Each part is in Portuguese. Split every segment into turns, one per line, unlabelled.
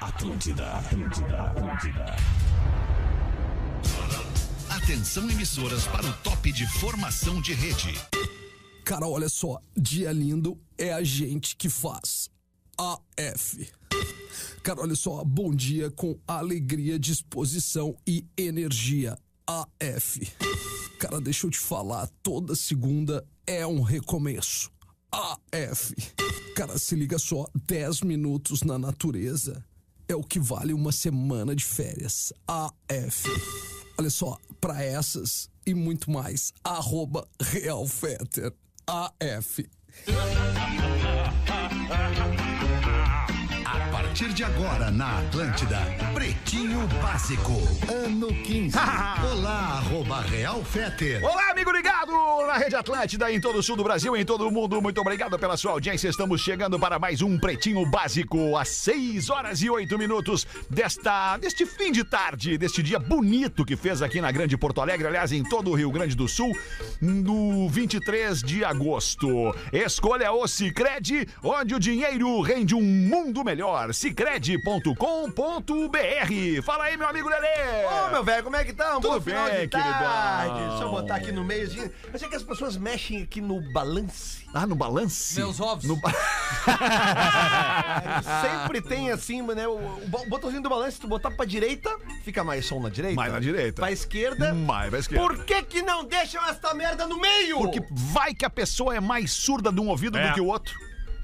Atlântida, Atlântida, Atlântida.
Atenção emissoras para o top de formação de rede.
Cara, olha só, dia lindo é a gente que faz. AF. Cara, olha só, bom dia com alegria, disposição e energia. AF. Cara, deixa eu te falar, toda segunda é um recomeço. AF. Cara, se liga só, 10 minutos na natureza é o que vale uma semana de férias. AF. Olha só, para essas e muito mais, arroba Realfetter. AF.
A partir de agora na Atlântida, Pretinho Básico, ano 15. Olá, arroba Real Feter.
Olá, amigo ligado na Rede Atlântida, em todo o sul do Brasil, em todo o mundo. Muito obrigado pela sua audiência. Estamos chegando para mais um Pretinho Básico, às 6 horas e 8 minutos desta, deste fim de tarde, deste dia bonito que fez aqui na Grande Porto Alegre, aliás, em todo o Rio Grande do Sul, no 23 de agosto. Escolha o Cicred, onde o dinheiro rende um mundo melhor. Cicred.com.br. Fala aí, meu amigo Lelê.
Ô, meu velho, como é que tá? Um
Tudo
bom final
bem,
de tarde.
queridão.
Deixa eu botar aqui no meio. assim. Eu sei que as pessoas mexem aqui no balance.
Ah, no balance?
Meus ovos.
No ba-
Sempre tem assim, né? O, o bo- botãozinho do balance, se tu botar pra direita, fica mais som na direita.
Mais na direita.
Pra esquerda.
Mais pra esquerda.
Por que que não deixam esta merda no meio?
Porque vai que a pessoa é mais surda de um ouvido
É.
do que o outro.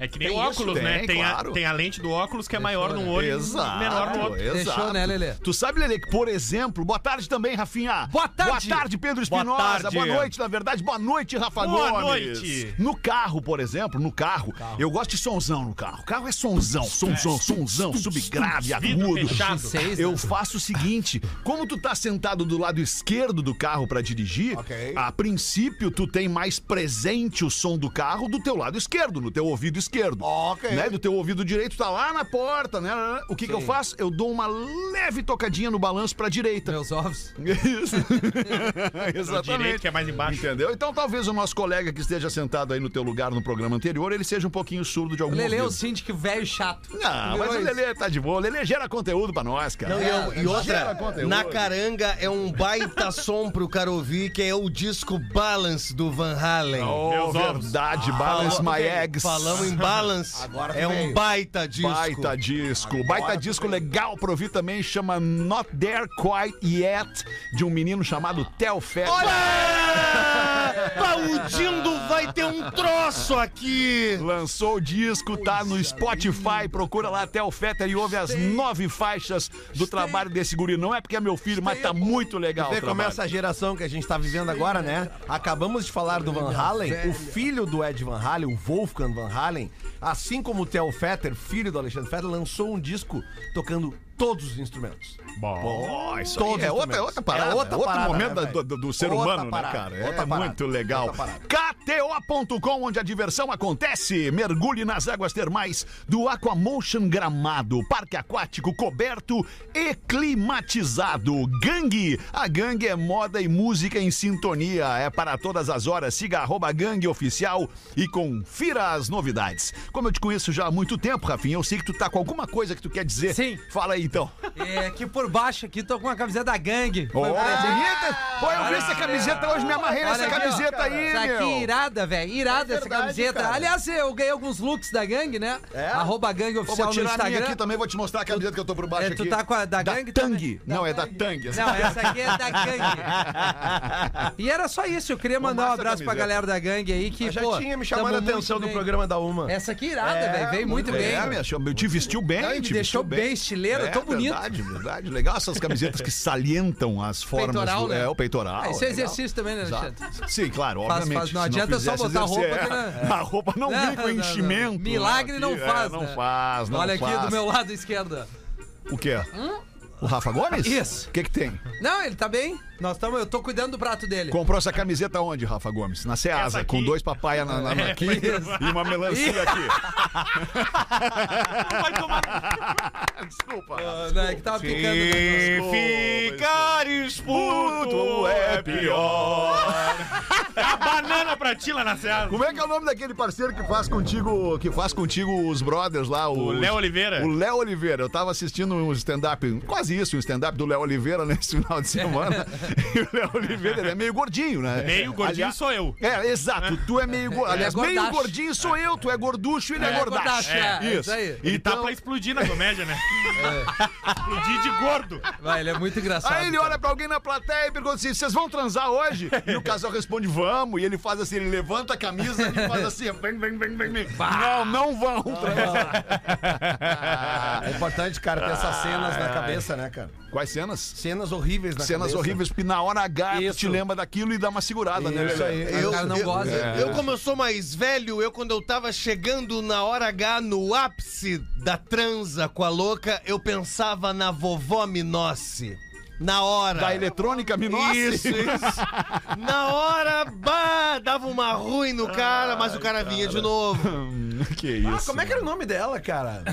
É que nem
Tem
o óculos,
isso?
né?
Tem,
Tem,
claro.
a, tem a lente do óculos que é maior num olho e menor no outro.
exato.
Deixou, né, Lelê?
Tu sabe, Lelê, que, por exemplo, boa tarde também, Rafinha.
Boa tarde.
Boa tarde, Pedro
Boa
Espinosa.
tarde.
Boa noite, na verdade. Boa noite, Rafa
Boa
Gomes.
noite.
No carro, por exemplo, no carro, eu gosto de sonzão no carro. O carro é sonzão, sonzão, sonzão, subgrave,
Vidro
agudo.
fechado.
Seis,
Eu
né?
faço o seguinte, como tu tá sentado do lado esquerdo do carro pra dirigir,
Ok.
a princípio tu tem mais presente o som do carro do teu lado esquerdo, no teu ouvido esquerdo.
Ok.
Né? Do teu ouvido direito tá lá na porta, né? O que que eu faço? Eu dou uma leve tocadinha no balanço pra direita.
Meus ovos.
Isso.
direito,
Exatamente.
que é mais embaixo.
Entendeu? Então talvez o nosso colega que esteja sentado aí no teu lugar no programa anterior, ele seja um pouquinho surdo de algum
Lele é o
ouvido.
síndico velho chato.
Não,
Virou
mas o
isso.
Lelê tá de boa. O Lelê gera conteúdo pra nós, cara.
É Não, e eu- e,
gera
outra,
conteúdo.
na caranga é um baita som pro cara ouvir, que é o disco Balance do Van Halen.
Oh,
Meus ovos.
verdade, balance
Ah, Falou-
my eggs.
Falamos em Balance,
Agora
é um
veio.
baita disco.
Baita disco. Baita disco legal pra ouvir também, chama Not There Quite Yet, de um menino chamado Theo Fett.
Olha! Paudindo vai ter um troço aqui! é,
Lançou o disco, tá no Spotify, procura lá até o Fetter e ouve as nove faixas do trabalho desse guri. Não é porque é meu filho, mas tá muito legal.
Vê
o
como
trabalho.
essa geração que a gente tá vivendo agora, né? Acabamos de falar do Van Halen, o filho do Ed Van Halen, o Wolfgang Van Halen, assim como o Theo Fetter, filho do Alexandre Fetter, lançou um disco tocando todos os instrumentos.
Bom, isso
Todos
aí é
os
outra,
instrumentos.
outra parada.
É outra
outro
parada,
momento
né,
do, do- do ser
Outra
humano,
parada,
né, cara? É
outra parada,
muito legal.
outra parada.
KTO.com, onde a diversão acontece. Mergulhe nas águas termais do Aquamotion Gramado. Parque aquático coberto e climatizado. Gangue. A gangue é moda e música em sintonia. É para todas as horas. Siga arroba gangue oficial e confira as novidades. Como eu te conheço já há muito tempo, Rafinha, eu sei que tu tá com alguma coisa que tu quer dizer.
Sim.
Fala aí, então.
É, aqui por baixo aqui tô com uma camiseta da gangue.
Ô, bonita! Pô, eu vi essa camiseta hoje, me amarrei
Olha
nessa
aqui, ó,
camiseta aí,
Essa aqui
meu! É
irada, velho. Irada essa camiseta. Aliás, eu ganhei alguns looks da gangue, né? Arroba gangue
Pô,
oficial
É? Vou
no
tirar a minha
Instagram.
aqui também, vou te mostrar a camiseta que eu tô por baixo
É, tu
aqui.
tá com a da gangue também?
Tang. Não, é da Tang.
Não, essa aqui é da gangue. E era só isso. Eu queria mandar um
massa
abraço pra
camiseta.
galera da gangue aí que,
Eu já
pô,
tinha me chamado a
tamo
atenção
muito
no
bem.
programa da Uma.
Essa aqui é irada, velho. Veio muito bem.
É, minha, chama- te vestiu bem,
Não, ele me
te
deixou
vestiu
bem estileiro,
é,
tão bonito.
Verdade, verdade. Legal essas camisetas que salientam as formas
Peitoral,
do
né?
é, o peitoral.
Ah, isso é
legal.
exercício também, né,
Exato.
Alexandre?
Sim, claro,
Faz-
obviamente.
faz- não
se
adianta só
fizesse
botar
exercício,
roupa que
é.
não-
A roupa não
Não,
vem com
não, não.
enchimento. né,
Milagre não
aqui, é,
faz,
Não
né?
faz, não
Olha aqui
faz.
do meu lado esquerdo.
O quê? O Rafa Gomes?
Isso.
O que que tem?
Não, ele tá bem. Nós estamos. Eu tô cuidando do prato dele.
Comprou essa camiseta onde, Rafa Gomes? Na Ceasa,
Essa aqui. É,
com dois papaias na, na, na- aqui e uma melancia aqui.
Vai tomar no
Desculpa.
Ah, não, é que tava picando. né?
cu.
é
é
ficares puto é pior.
A Banana pra ti lá na Seara.
Como é que é o nome daquele parceiro que faz contigo, que faz contigo os brothers lá?
O Léo Oliveira.
O Léo Oliveira. Eu tava assistindo um stand-up, quase isso, um stand-up do Léo Oliveira nesse final de semana. e o Léo Oliveira ele é meio gordinho, né?
Meio gordinho
Aliás-
sou eu.
É, exato. Tu é meio gordinho. Aliás, meio
gordacho.
gordinho sou eu, tu é gorducho, ele é, gordacho.
gordacho, é, é isso aí.
Ele
Então- É.
tá pra explodir na comédia, né? Explodir de gordo.
Tá.
Vai, ele é muito engraçado.
Aí ele olha pra alguém na plateia e pergunta assim: vocês vão transar hoje? E o casal responde: vamos. E ele faz assim: ele levanta a camisa e faz assim: bem, bem, bem, bem, bem. Não, não vão transar.
É importante, cara, ter
Ah,
essas cenas
é.
na cabeça, né, cara?
Quais cenas?
Cenas horríveis na
Cenas
cabeça.
horríveis, porque na hora H tu
Isso.
te lembra daquilo e dá uma segurada, né?
Isso
Lelê?
aí.
O cara não gosta.
É.
Eu, É. como eu sou mais velho, eu quando eu tava chegando na hora H, no ápice da transa com a louca, eu pensava na vovó Minossi. Na hora.
Da eletrônica Minossi.
Isso, isso. Na hora, bah, dava uma ruim no cara, mas o cara vinha de novo.
Ah, que isso.
Como é que era o nome dela, cara?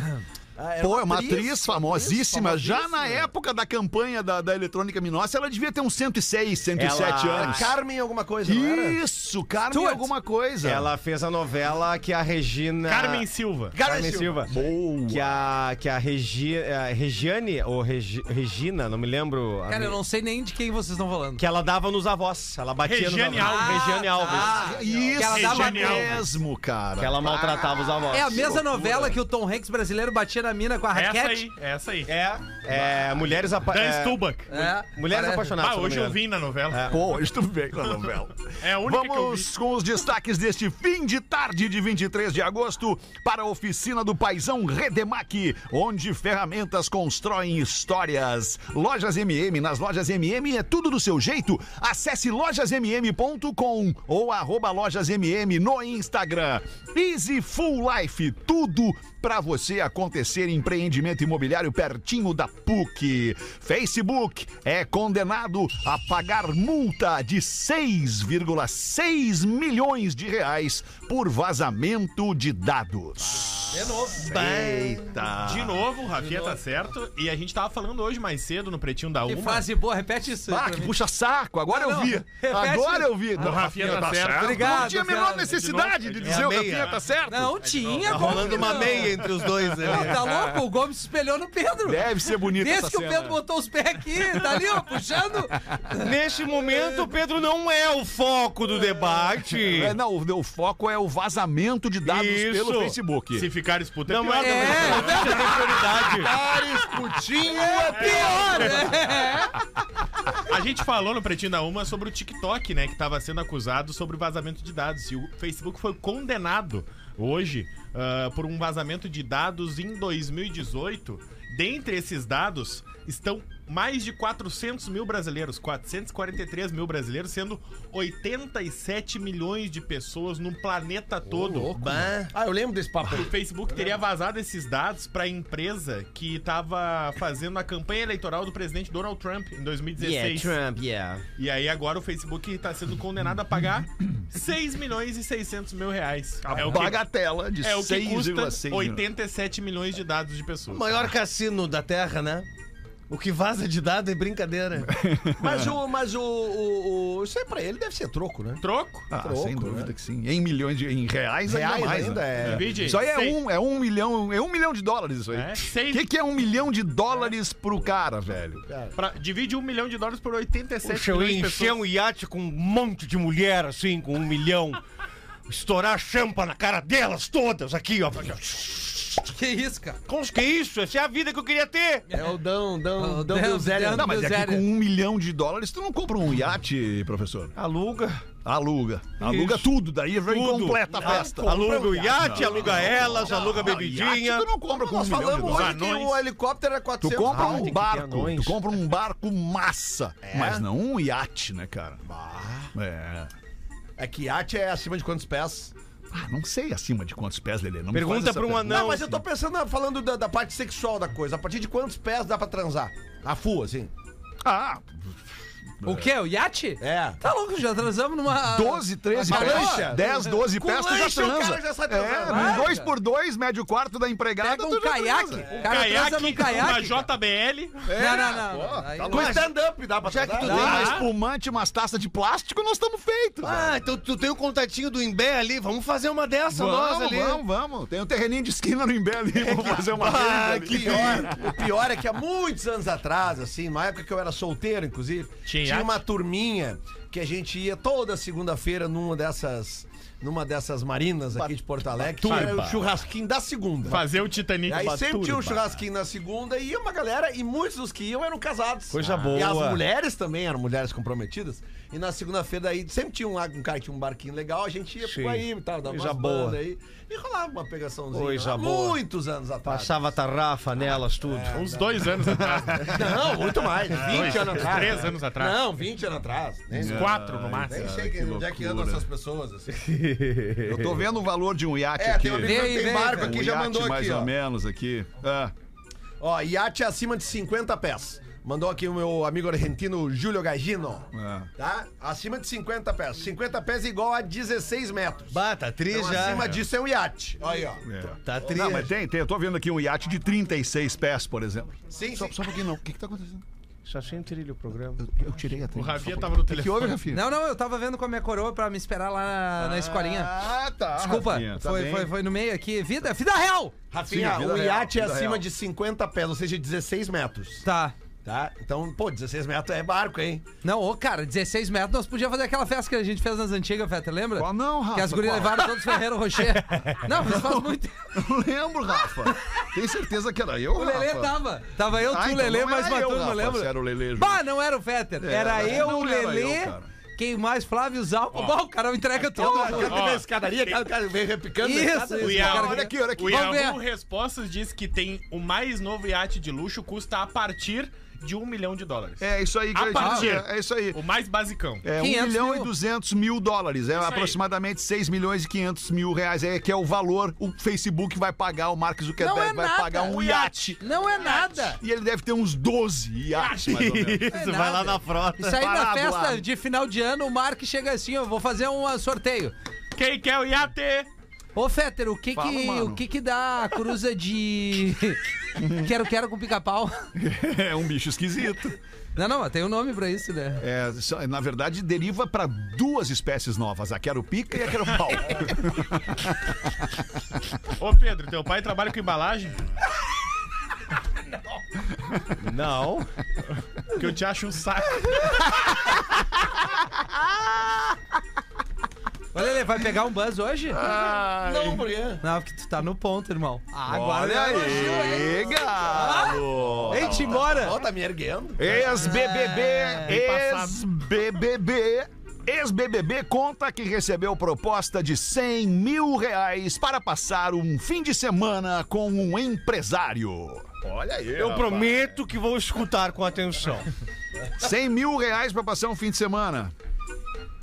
Ah, era
Pô, é uma atriz né? famosíssima. Já na época da campanha da, da eletrônica Minossi, ela devia ter uns 106, 107
Ela-
anos.
Carmen alguma coisa, não era?
Isso, Carmen é alguma coisa.
Ela fez a novela que a Regina.
Carmen Silva.
Carmen Né, Silva.
Boa.
Que a, que a Regi, a Regiane, ou Regi- Regina, não me lembro. a
Cara, eu
mi-
não sei nem de quem vocês estão falando.
Que ela dava nos avós. Ela batia
Regiane
nos avós.
Alves.
Regiane Alves. Ah,
Ah,
tá.
Isso,
Que ela dava
genial.
mesmo, cara.
Que ela maltratava os avós.
É a mesma novela que o Tom Hanks brasileiro batia na mina com a
Essa
raquete.
aí, essa aí.
É, é, mulheres apa-
Dan
é,
Stubach.
É.
Mulheres
Parece-
apaixonadas.
Ah,
se não me
hoje eu
engano.
vim na novela.
Pô, hoje tu vem com a novela.
É a única que eu
Vamos com os destaques deste fim de tarde de 23 de agosto para a oficina do Paisão Redemac, onde ferramentas constroem histórias. Lojas MM, nas lojas MM é tudo do seu jeito. Acesse lojasmm.com ou arroba lojasmm no Instagram. Easy Full Life, tudo para você acontecer empreendimento imobiliário pertinho da PUC. Facebook é condenado a pagar multa de 6,6 milhões de reais por vazamento de dados.
De novo.
Eita!
De novo, o Rafinha tá certo. E a gente tava falando hoje mais cedo no Pretinho da
Que
Uma.
fase boa, repete isso. aí
Ah,
pra
que
mim.
puxa saco, agora
Não,
eu
não.
vi.
Repete. Ah,
Agora eu vi.
O Rafinha tá certo.
não
Obrigado,
tinha a menor
cara.
necessidade de,
É de
dizer o
meia.
Rafinha tá certo.
Não tinha,
Tá
Gomes,
rolando uma
não.
meia entre os dois né? ali.
Não, tá louco? O Gomes se espelhou no Pedro.
Deve ser bonita
Desde
essa
que o
cena.
Pedro botou os pés aqui, tá ali, ó, puxando.
Neste momento, o Pedro não é o foco do debate.
É, não, o, o foco é o vazamento de dados
Isso.
pelo Facebook.
Se ficar disputa, é
Não
pior.
é,
É.
não é prioridade.
Pior, né?
A gente falou no Pretinho da Uma sobre o TikTok, né? Que tava sendo acusado sobre vazamento de dados. E o Facebook foi condenado hoje ah, por um vazamento de dados em 2018. Dentre esses dados estão mais de 400 mil brasileiros, 443 mil brasileiros, sendo 87 milhões de pessoas no planeta todo.
É.
Ah, eu lembro desse papo.
O Facebook teria vazado esses dados para a empresa que estava fazendo a campanha eleitoral do presidente Donald Trump em
É,
2016.
Trump, é. yeah.
E aí agora o Facebook está sendo condenado a pagar 6 milhões e 600 mil reais. É o que,
Bagatela de
é o que custa
6,6 milhões.
87 milhões de dados de pessoas.
O maior cassino da Terra, né? O que vaza de dado é brincadeira.
Mas o. Mas o, o, o- Isso aí pra ele deve ser troco, né?
Troco?
Ah,
Troco,
sem dúvida que sim. Em milhões de. Em reais, ainda
Reais
mais.
ainda
né?
é.
Divide
Isso aí é
seis-
um, é um milhão. É um milhão de dólares isso aí.
É,
O
seis-
que, que é um milhão de dólares pro cara, velho?
pra- divide um milhão de dólares por 87
Poxa, eu
milhões de
ia encher
pessoas.
um iate com um monte de mulher, assim, com um milhão. Estourar a champa na cara delas todas aqui, ó.
Que isso, cara?
Cons- Que isso? Essa é a vida que eu queria ter.
É o Dão,
O
Dão,
Dão
Dão do Zé.
Zé-
Não, mas é
Meu
que
Zé,
com um milhão de dólares tu não compra um iate, professor.
Aluga.
Aluga. Aluga tudo, daí vem
Tudo.
completa a festa.
Aluga o iate, aluga elas, aluga a
Não, iate
bebidinha.
tu não compra com um
Nós
milhão de
falamos
dólares.
hoje que o helicóptero era
Tu
400
compra
tem que
um
ter
barco,
anões.
tu compra um barco massa, mas não um iate, né, cara? É.
É que iate é acima de quantos pés?
Ah, não sei acima de quantos pés, Lelê. Não me
Pergunta
faz essa
pra um
pergunta.
Não,
Não, mas eu
sim.
tô pensando, na- falando da, da parte sexual da coisa. A partir de quantos pés dá pra transar? A fua, assim.
Ah,
O quê? O iate?
É.
Tá louco, já transamos numa.
12, 13
Uma
Ah, pés,
lancha.
10, 12
Com
pés, tu já
lancha o cara
transa.
já sabe transar.
É,
Vai,
dois
cara.
por dois, médio quarto da empregada,
Pega
tu
um
já
caiaque.
transa.
O cara transa num
uma
caiaque. cara.
JBL.
É,
Não, não, não, não.
tá
Aí não.
Com stand-up dá pra
Já que tu
Tem
tem
uma
mais...
espumante, umas taças de plástico, nós estamos feitos.
Ah, então tu tem o contatinho do Imbé ali, vamos fazer uma dessa nós
Vamos,
ali.
vamos, vamos. Tem um terreninho de esquina no Imbé ali, vamos fazer uma renda
É Ah,
ali.
que pior. O pior é que há muitos anos atrás, assim, uma época que eu era solteiro, inclusive,
Tinha
tinha,
iate?
uma turminha que a gente ia toda segunda-feira numa dessas numa dessas marinas aqui de Porto Alegre, que era o
Baturba.
churrasquinho da segunda.
Fazer o Titanic.
E aí sempre tinha um
Baturba.
churrasquinho na segunda e ia uma galera, e muitos dos que iam eram casados. Ah.
Coisa
E as
boa.
mulheres também eram mulheres comprometidas. E na segunda-feira aí sempre tinha um, lá- um cara que tinha um barquinho legal, a gente ia
Sim.
por aí e tal, dava
Coisa
umas
boa.
bandas aí. E rolava uma pegaçãozinha.
Coisa
lá,
boa.
Muitos anos atrás.
Passava tarrafa nelas, tudo.
É.
Uns dois anos atrás.
Não, muito mais. 20 anos atrás.
Três anos atrás.
Não, 20 anos atrás. Nem,
É.
Uns quatro no
nem
máximo. Ah,
sei que onde é que andam essas pessoas. Assim.
Eu tô vendo o valor de um iate
É,
aqui.
tem um amigo meu que
Vem,
tem
vem,
barco
vem.
aqui,
um
já
iate
mandou
mais
aqui,
ou
ó.
menos aqui. Ah,
Ó, iate acima de 50 pés. Mandou aqui o meu amigo argentino Júlio Gagino.
É.
Tá? Acima de 50 pés. 50 pés é igual a 16 metros.
Bata, tri
Então,
tá já.
acima disso é um iate. Olha aí, ó.
é.
Tá tri.
Não, mas tem, tem. Eu tô vendo aqui um iate de 36 pés, por exemplo.
Sim,
Só,
sim.
só um pouquinho, não. O que que tá acontecendo?
Só sem trilho o programa.
Eu, eu tirei a
O
trilha.
Rafinha tava no
O que houve,
telefone.
Rafinha?
Não, não, eu tava vendo com a minha coroa pra me esperar lá na, na escolinha.
Ah, tá.
Desculpa,
Rafinha, tá
foi,
bem.
foi, foi no meio aqui. Vida, vida real!
Rafinha,
Sim, vida
um
real,
iate é
vida
acima
real.
de 50 pés, ou seja, 16 metros.
Tá.
Tá? Então, pô, 16 metros é barco, hein?
Não, ô, cara, 16 metros, nós podíamos fazer aquela festa que a gente fez nas antigas, Feta, lembra?
Qual não, Rafa?
Que as gurias
Qual?
levaram todos os Ferreiro Rocher. Não, mas faz muito tempo.
Não lembro, Rafa. Tem certeza que era eu,
O
Rafa?
Lelê tava. Tava eu, tu,
Ah,
o
então
Lelê,
não
mais
era
uma
eu,
turma,
Rafa, se
lembra?
era o Lelê junto.
Bah, não era o Fetter. Era
era-
eu,
não
o
era
Lelê.
eu, cara.
quem mais? Flávio Zalco. Bah, o cara entrega todo.
Ó,
escadaria, cada cara vem repicando.
Isso,
O
isso.
Iaú,
cara.
Olha aqui, olha aqui.
O
Vamos
Yahoo
ver.
Respostas diz que tem o mais novo iate de luxo custa a partir de um milhão de dólares.
É isso aí que
A
eu ia
partir.
dizer, É isso aí.
O mais basicão.
É 1
500
milhão
mil.
e 200 mil dólares. É
aí.
aproximadamente 6 milhões e 500 mil reais. É que é o valor. O Facebook vai pagar, o Mark Zuckerberg
Não é
vai
nada.
pagar um
Um
iate.
Não é nada.
E ele deve ter uns 12 iates, mais ou menos.
Isso, vai lá na frota. Isso aí na
Parado
festa
lá.
de final de ano, o Mark chega assim, eu vou fazer um ah, sorteio.
Quem quer o iate?
Ô, Fetter, o que
Fala,
que,
mano.
o que que dá a cruza de... quero, quero com pica-pau.
É um bicho esquisito.
Não, não, mas tem um nome pra isso, né?
É, só- na verdade, deriva para duas espécies novas: a quero pica e a quero pau.
Ô, Pedro, teu pai trabalha com embalagem?
Não.
Que eu te acho um saco.
Olha, ele vai pegar um buzz hoje?
Não, por quê?
Não, porque tu tá no ponto, irmão. Ah,
Olha aí, galo.
Ei, te embora!
Ó, tá me erguendo.
Ex-BBB,
passado.
ex-BBB, ex-BBB conta que recebeu proposta de 100 mil reais para passar um fim de semana com um empresário. Olha aí.
Eu prometo que vou escutar com atenção.
100 mil reais para passar um fim de semana.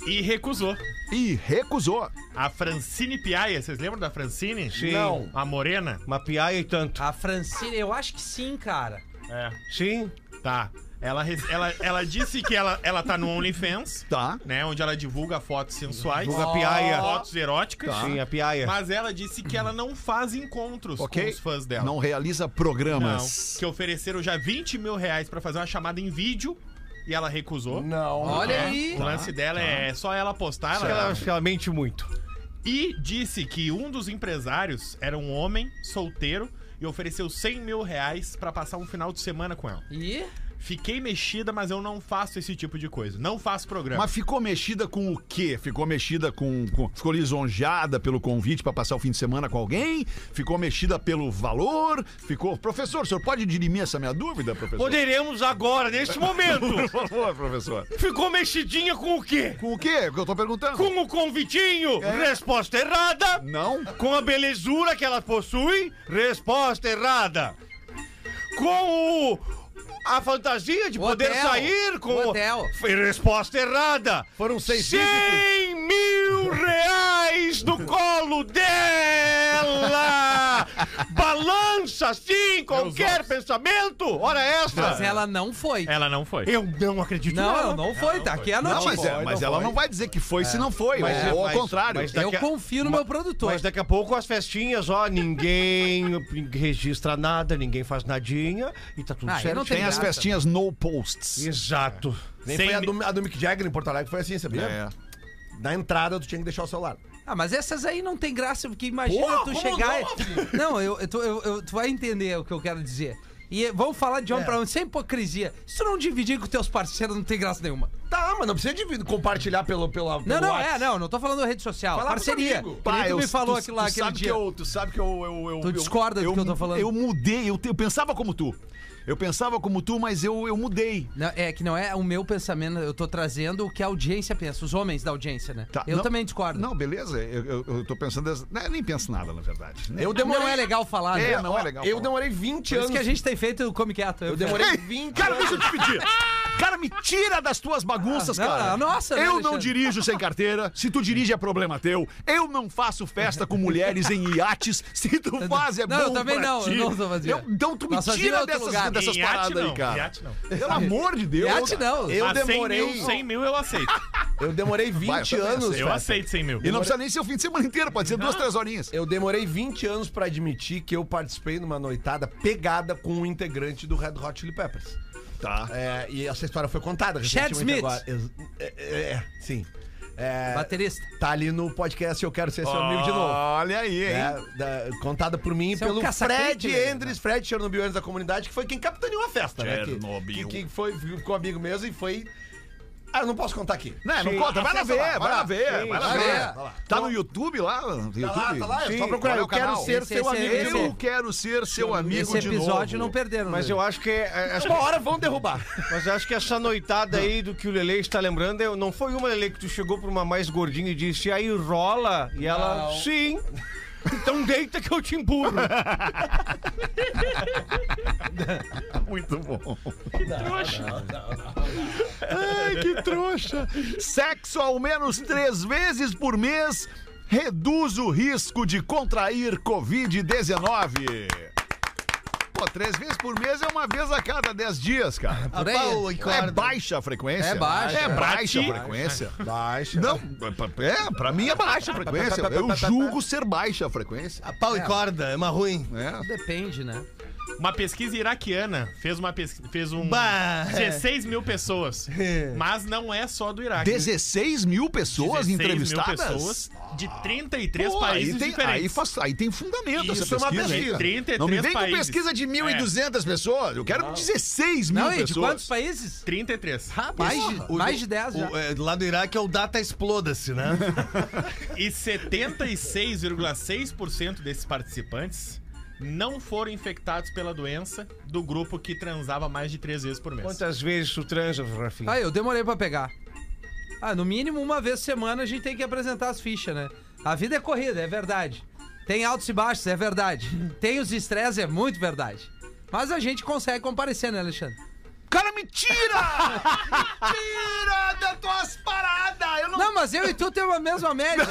E recusou.
E recusou.
A Francine Piaia, vocês lembram da Francine?
Sim.
Não. A morena?
Uma piaia e tanto.
A Francine, eu acho que sim, cara.
É.
Sim.
Tá. Ela, re- ela, ela disse que ela, ela tá no OnlyFans,
Tá.
né? Onde ela divulga fotos sensuais.
Divulga piaia. Tá.
Fotos eróticas.
Sim, a piaia.
Mas ela disse que ela não faz encontros
Ok.
com os fãs dela.
Não realiza
Não,
programas.
que ofereceram já 20 mil reais pra fazer uma chamada em vídeo e ela recusou.
Não.
Olha
É,
aí!
O lance
Tá.
dela é só ela postar.
Acho que
ela-
ela,
Tá.
acho que ela mente muito.
E disse que um dos empresários era um homem solteiro e ofereceu 100 mil reais pra passar um final de semana com ela.
E?
Fiquei mexida, mas eu não faço esse tipo de coisa. Não faço programa.
Mas ficou mexida com o quê? Ficou mexida com. com- ficou lisonjeada pelo convite para passar o fim de semana com alguém? Ficou mexida pelo valor? Ficou. Professor, o senhor pode dirimir essa minha dúvida, professor?
Poderemos agora, neste momento.
Por favor, professor.
Ficou mexidinha com o quê?
Com o quê? Que eu tô perguntando.
Com o Um convitinho? Resposta errada.
Não?
Com a belezura que ela possui? Resposta errada. Com o. A fantasia de
O
poder
hotel.
sair com.
O hotel.
Foi resposta errada.
Foram seis
100 mil reais no colo dela! Balança assim qualquer pensamento! Ora essa!
Mas ela não foi.
Ela não foi.
Eu não acredito
Não, não foi, tá aqui a
Não, mas,
notícia.
é- mas ela não vai dizer que foi se não foi,
É.
É,
Mas-
ou
mas-
ao contrário.
mas
Eu
daqui a-
confio no meu produtor.
Mas daqui a pouco as festinhas, ó, ninguém registra nada, ninguém faz nadinha e tá tudo
Ah, eu
certo.
não
Tem
tem
as
graça.
festinhas no posts.
Exato.
É. Nem
Sem
foi a
mi-
do, a do Mick Jagger em Porto Alegre, foi assim, sabia?
É.
Na entrada tu tinha que deixar o celular.
Ah, mas essas aí não tem graça, porque imagina
Porra,
tu
como
chegar.
não,
e... Não, eu, eu, tô- eu- eu- tu vai entender o que eu quero dizer. E vamos falar de
É.
homem pra homem, sem hipocrisia. Se tu não dividir com teus parceiros, não tem graça nenhuma.
Tá, mas não precisa de compartilhar pelo, pela,
Não, não, é, não, não tô falando rede social.
Falar pros
parceria.
amigos.
Que nem
Pá,
tu
eu-
me falou
tu-
aquilo lá
tu
aquele
sabe
dia.
Que eu, tu sabe que eu. eu, eu
Tu
eu-
discorda do que eu tô falando.
Eu mudei, eu, te- eu pensava como tu. Eu pensava como tu, mas eu, eu mudei.
Não, é que não é o meu pensamento, eu tô trazendo o que a audiência pensa, os homens da audiência, né?
Tá,
eu
não-
também discordo.
Não, beleza. Eu, eu, eu tô pensando. dessa- né, nem penso nada, na verdade. né?
Eu demorei,
Não é legal falar,
É,
né?
não é legal.
eu
falar.
demorei 20
Por
anos.
isso que a gente tem feito o Come Quieto.
Eu demorei
Ei,
20
Cara,
anos.
deixa eu te pedir. Cara, me tira das tuas bagunças,
Ah, não,
cara.
a nossa, né,
eu não
Alexandre?
dirijo sem carteira. Se tu dirige é problema teu. Eu não faço festa com mulheres em iates. Se tu faz é
Não,
bom
eu também
pra
não,
ti.
eu não sou vazio.
Eu- então tu me
Nossa, vazio é
tira
outro
dessas,
lugar.
dessas
Iate
paradas
não,
aí, cara.
iate não.
Pelo amor de Deus.
Iate não.
Eu
Mas 100
demorei,
mil, 100 mil eu aceito.
eu demorei 20
Vai, eu também
anos.
Eu
Feta.
aceito 100 mil.
E não precisa nem ser o fim de semana inteiro, pode ser duas, três horinhas.
Eu demorei 20 anos pra admitir que eu participei numa noitada pegada com um integrante do Red Hot Chili Peppers.
Tá.
É, e essa história foi contada
Chad
recentemente
Smith.
agora. Ex- É, é, é, sim. É,
Baterista.
tá ali no podcast Eu Quero Ser Seu Amigo de Novo.
Olha aí, Ah, hein?
né, da- contada por mim e
Isso é um
pelo
caça-clique,
Fred
né?
Endres, Fred Chernobyl Endres da comunidade, que foi quem capitaneou a festa, né? Que,
Chernobyl.
que, que foi, ficou amigo mesmo e foi... Ah, eu não posso contar aqui.
Não, não
Sim,
conta, vai lá
acessa
ver, vai lá
Sim,
ver, vai lá
vai
ver.
lá, vai lá.
Tá no YouTube lá? No YouTube?
Tá lá, tá lá, é
Sim,
só procurar.
qual é o
Eu quero
canal?
ser
Esse,
seu
esse,
amigo de
esse.
novo.
Eu quero ser seu amigo
Esse
de novo.
episódio não perderam.
Mas
né?
eu acho que. é, é,
Uma hora vão derrubar.
Mas eu acho que essa noitada aí do que o Lele está lembrando é- não foi uma Lele que tu chegou pra uma mais gordinha e disse, aí rola? E ela,
Não.
sim. Então deita que eu te emburro.
Muito bom. Que trouxa. Ai, que trouxa. Sexo ao menos três vezes por mês reduz o risco de contrair Covid-19. Pô, três vezes por mês é uma vez a cada dez dias, cara.
Por aí.
É baixa a frequência.
É baixa.
É baixa a frequência.
Baixa.
Não, é, pra mim é baixa a frequência. Eu julgo ser baixa a frequência.
A pau e corda, é uma ruim.
É.
Depende, né?
Uma pesquisa iraquiana fez uma pesquisa. Fez um.
Bah.
16 mil pessoas. Mas não é só do Iraque.
16 mil pessoas
16 mil
entrevistadas?
pessoas de 33
Pô,
países
aí tem,
diferentes.
Aí, faz- aí tem fundamento
Isso
essa
é uma
pesquisa. hein,
pesquisa.
cara?
33
Não me vem com
países.
pesquisa de 1.200 pessoas. Eu quero 16 mil
Não, e
pessoas.
de quantos países?
33.
mais, de, mais de 10 já.
O, é, do lado do Iraque é o data exploda-se, né?
E 76,6% desses participantes não foram infectados pela doença do grupo que transava mais de três vezes por mês.
Quantas vezes tu transa, Rafinha?
Ah, eu demorei pra pegar. Ah, no mínimo uma vez por semana a gente tem que apresentar as fichas, né? A vida é corrida, é verdade. Tem altos e baixos, é verdade. Tem os estresses, é muito verdade. Mas a gente consegue comparecer, né, Alexandre?
Cara, me tira! me tira das tuas paradas! Eu não...
Não, mas eu e tu temos a mesma média.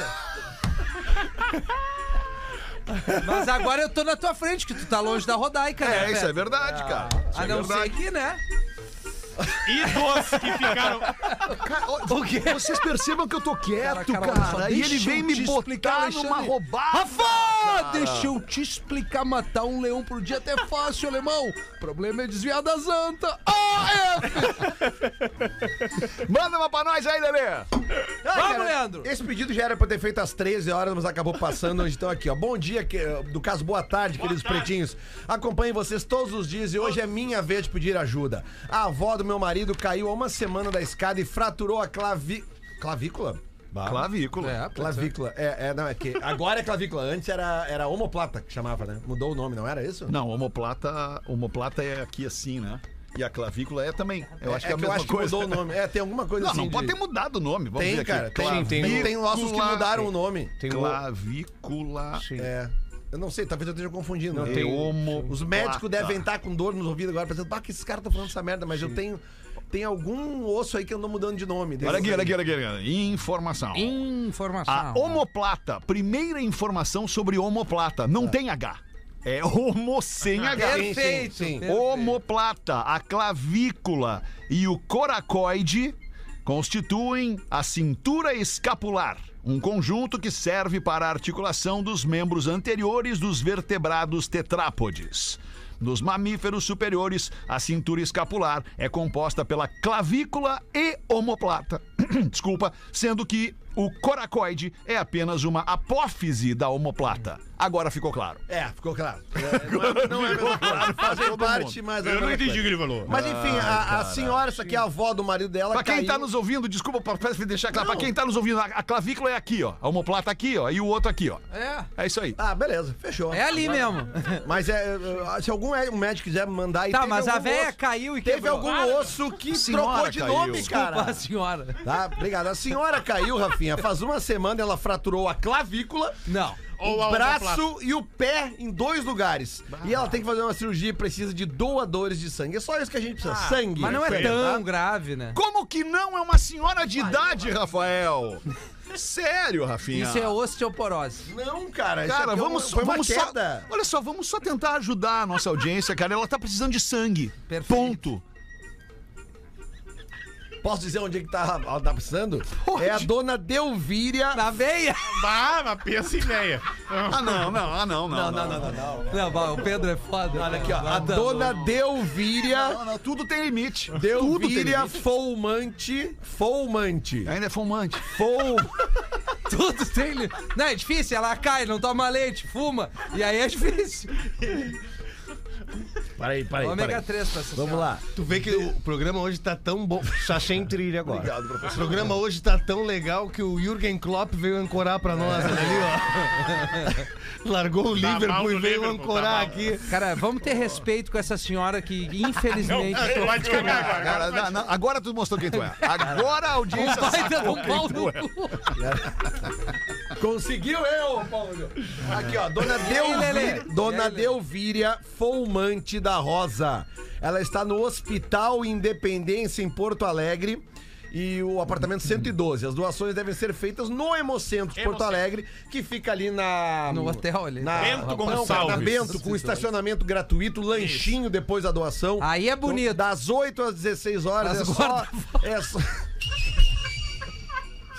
mas agora eu tô na tua frente, que tu tá longe da Rodaica,
É,
né?
isso
Beto?
é verdade, cara. Isso
A
é
não
verdade.
ser que, né?
E dos que ficaram.
Cara, Ah, ó, Vocês percebam que eu tô quieto, cara.
Carol, só
e
deixa
ele vem
eu
me
te
botar
explicar, Alexandre.
numa roubada.
Rafa, deixa eu te explicar. Matar um leão por dia até é fácil, alemão. O problema é desviar das anta.
Manda uma pra nós aí, Lelê.
Vamos, Leandro.
Esse pedido já era pra eu ter feito às 13 horas, mas acabou passando. Então, aqui, ó. Bom dia, que- do caso, boa tarde, queridos pretinhos. Acompanho vocês todos os dias e hoje é minha vez de pedir ajuda. A avó do meu marido caiu há uma semana da escada e fraturou a clavi... clavícula.
Clavícula.
É, pô,
Clavícula. É, é, não, é que agora é clavícula. Antes era, era homoplata que chamava, né? Mudou o nome, não era isso?
Não, homoplata, homoplata é aqui assim, né? E a clavícula é também. Eu acho
é
que é a mesma
eu acho
coisa.
que mudou o nome. É, tem alguma coisa
Não,
assim
não pode
de-
ter mudado o nome. Vamos ver
Tem,
aqui.
cara. Tem,
Clavícula. é
tem, tem, nossos
um
que mudaram o nome.
Tem o-
Clavícula.
Sim.
É. Eu não sei, talvez eu esteja confundindo.
Não,
Eu-
tem
homo-
Os médicos
plata.
devem estar com dor nos ouvidos agora, pensando, pá, que esses caras estão falando essa merda, mas eu tenho. Tem algum osso aí que eu não mudando de nome.
Olha aqui, olha aqui, olha aqui, olha aqui. Informação.
Informação.
Ah, A homoplata, primeira informação sobre homoplata. Não tem H. É homo sem H.
é Perfeito,
sim, sim.
perfeito.
Omoplata, a clavícula e o coracoide constituem a cintura escapular, um conjunto que serve para a articulação dos membros anteriores dos vertebrados tetrápodes. Nos mamíferos superiores, a cintura escapular é composta pela clavícula e omoplata. Desculpa, sendo que o coracoide é apenas uma apófise da omoplata. Agora ficou claro.
É, ficou claro. É, não é, não é claro, fazem
todo
parte, mas...
Eu não
é
entendi o que ele falou.
Mas enfim, a, a senhora, isso aqui é a avó do marido dela,
Ah, Pra quem
caiu-
tá nos ouvindo, desculpa, pra pra deixar claro, pra quem tá nos ouvindo, a, a clavícula é aqui, ó. A omoplata aqui, ó, e o outro aqui, ó.
É.
É isso aí.
Ah, beleza, fechou.
É ali mesmo.
Mas é, é, se algum é- um médico quiser me mandar aí...
Tá,
teve
mas a
algum
véia
osso-
caiu e
Teve
quebrou.
algum osso que
senhora
trocou de
caiu.
nome,
Desculpa a
cara.
senhora.
Tá, obrigado. A senhora caiu, Rafinha. Faz uma semana ela fraturou a clavícula,
Não.
Ou a
o
omoplata.
braço e o pé em dois lugares. E ela tem que fazer uma cirurgia e precisa de doadores de sangue. É só isso que a gente precisa.
Ah,
sangue.
Mas não é
Sangue,
tão
tá?
grave, né?
Como que não é uma senhora de idade, Rafael? Sério, Rafinha.
Isso é osteoporose.
Não, cara. isso
Cara,
aqui é um-
vamos,
foi uma
vamos só.
queda.
Olha só, vamos só tentar ajudar a nossa audiência, cara. Ela tá precisando de sangue.
Perfeito.
Ponto.
Posso dizer onde é que tá, ela tá precisando? É a dona Delvíria.
Na veia.
Ah, mas pensa em ideia.
Ah, não, não, ah, não, não. Não, não, não.
Não, vai, o Pedro é foda. Olha aqui, ó.
A dona Delvíria.
não, Tudo tem limite.
Delvíria Foumante. Foumante.
Ainda é fumante.
Foum.
Tudo tem... li- Não, é difícil. Ela cai, não toma leite, fuma. E aí é difícil.
Peraí, peraí.
Ômega
peraí.
3 pra essa
Vamos
senhora.
lá.
Tu vê que o programa hoje tá tão bom. Sachê em trilha agora. Obrigado, professor. O programa hoje tá tão legal que o Jürgen Klopp veio ancorar pra nós ali, ó. Largou o
mal no
Liverpool e veio
Liverpool,
ancorar
tá mal.
aqui.
Cara, vamos ter respeito com essa senhora que, infelizmente...
Tu vai te cagar agora.
Cara, não, não, agora tu mostrou quem tu é. Agora a audiência.
Vai dando
sacou
um
quem
pau
tu
no
é.
cu.
Conseguiu eu, Paulo. Aqui, ó, dona
aí, Lelê?
Delvíria,
E
dona
aí, Lelê?
Delvíria Foumante da Rosa. Ela está no Hospital Independência em Porto Alegre. E o apartamento 112. As doações devem ser feitas no Hemocentro de Porto
Hemocentro.
Alegre, que fica ali na.
No hotel ali.
Na,
Bento
Bento
Gonçalves.
Na Bento, com estacionamento gratuito, lanchinho depois da doação.
Aí é bonito.
Então, das 8 às 16 horas
As
é só, é só.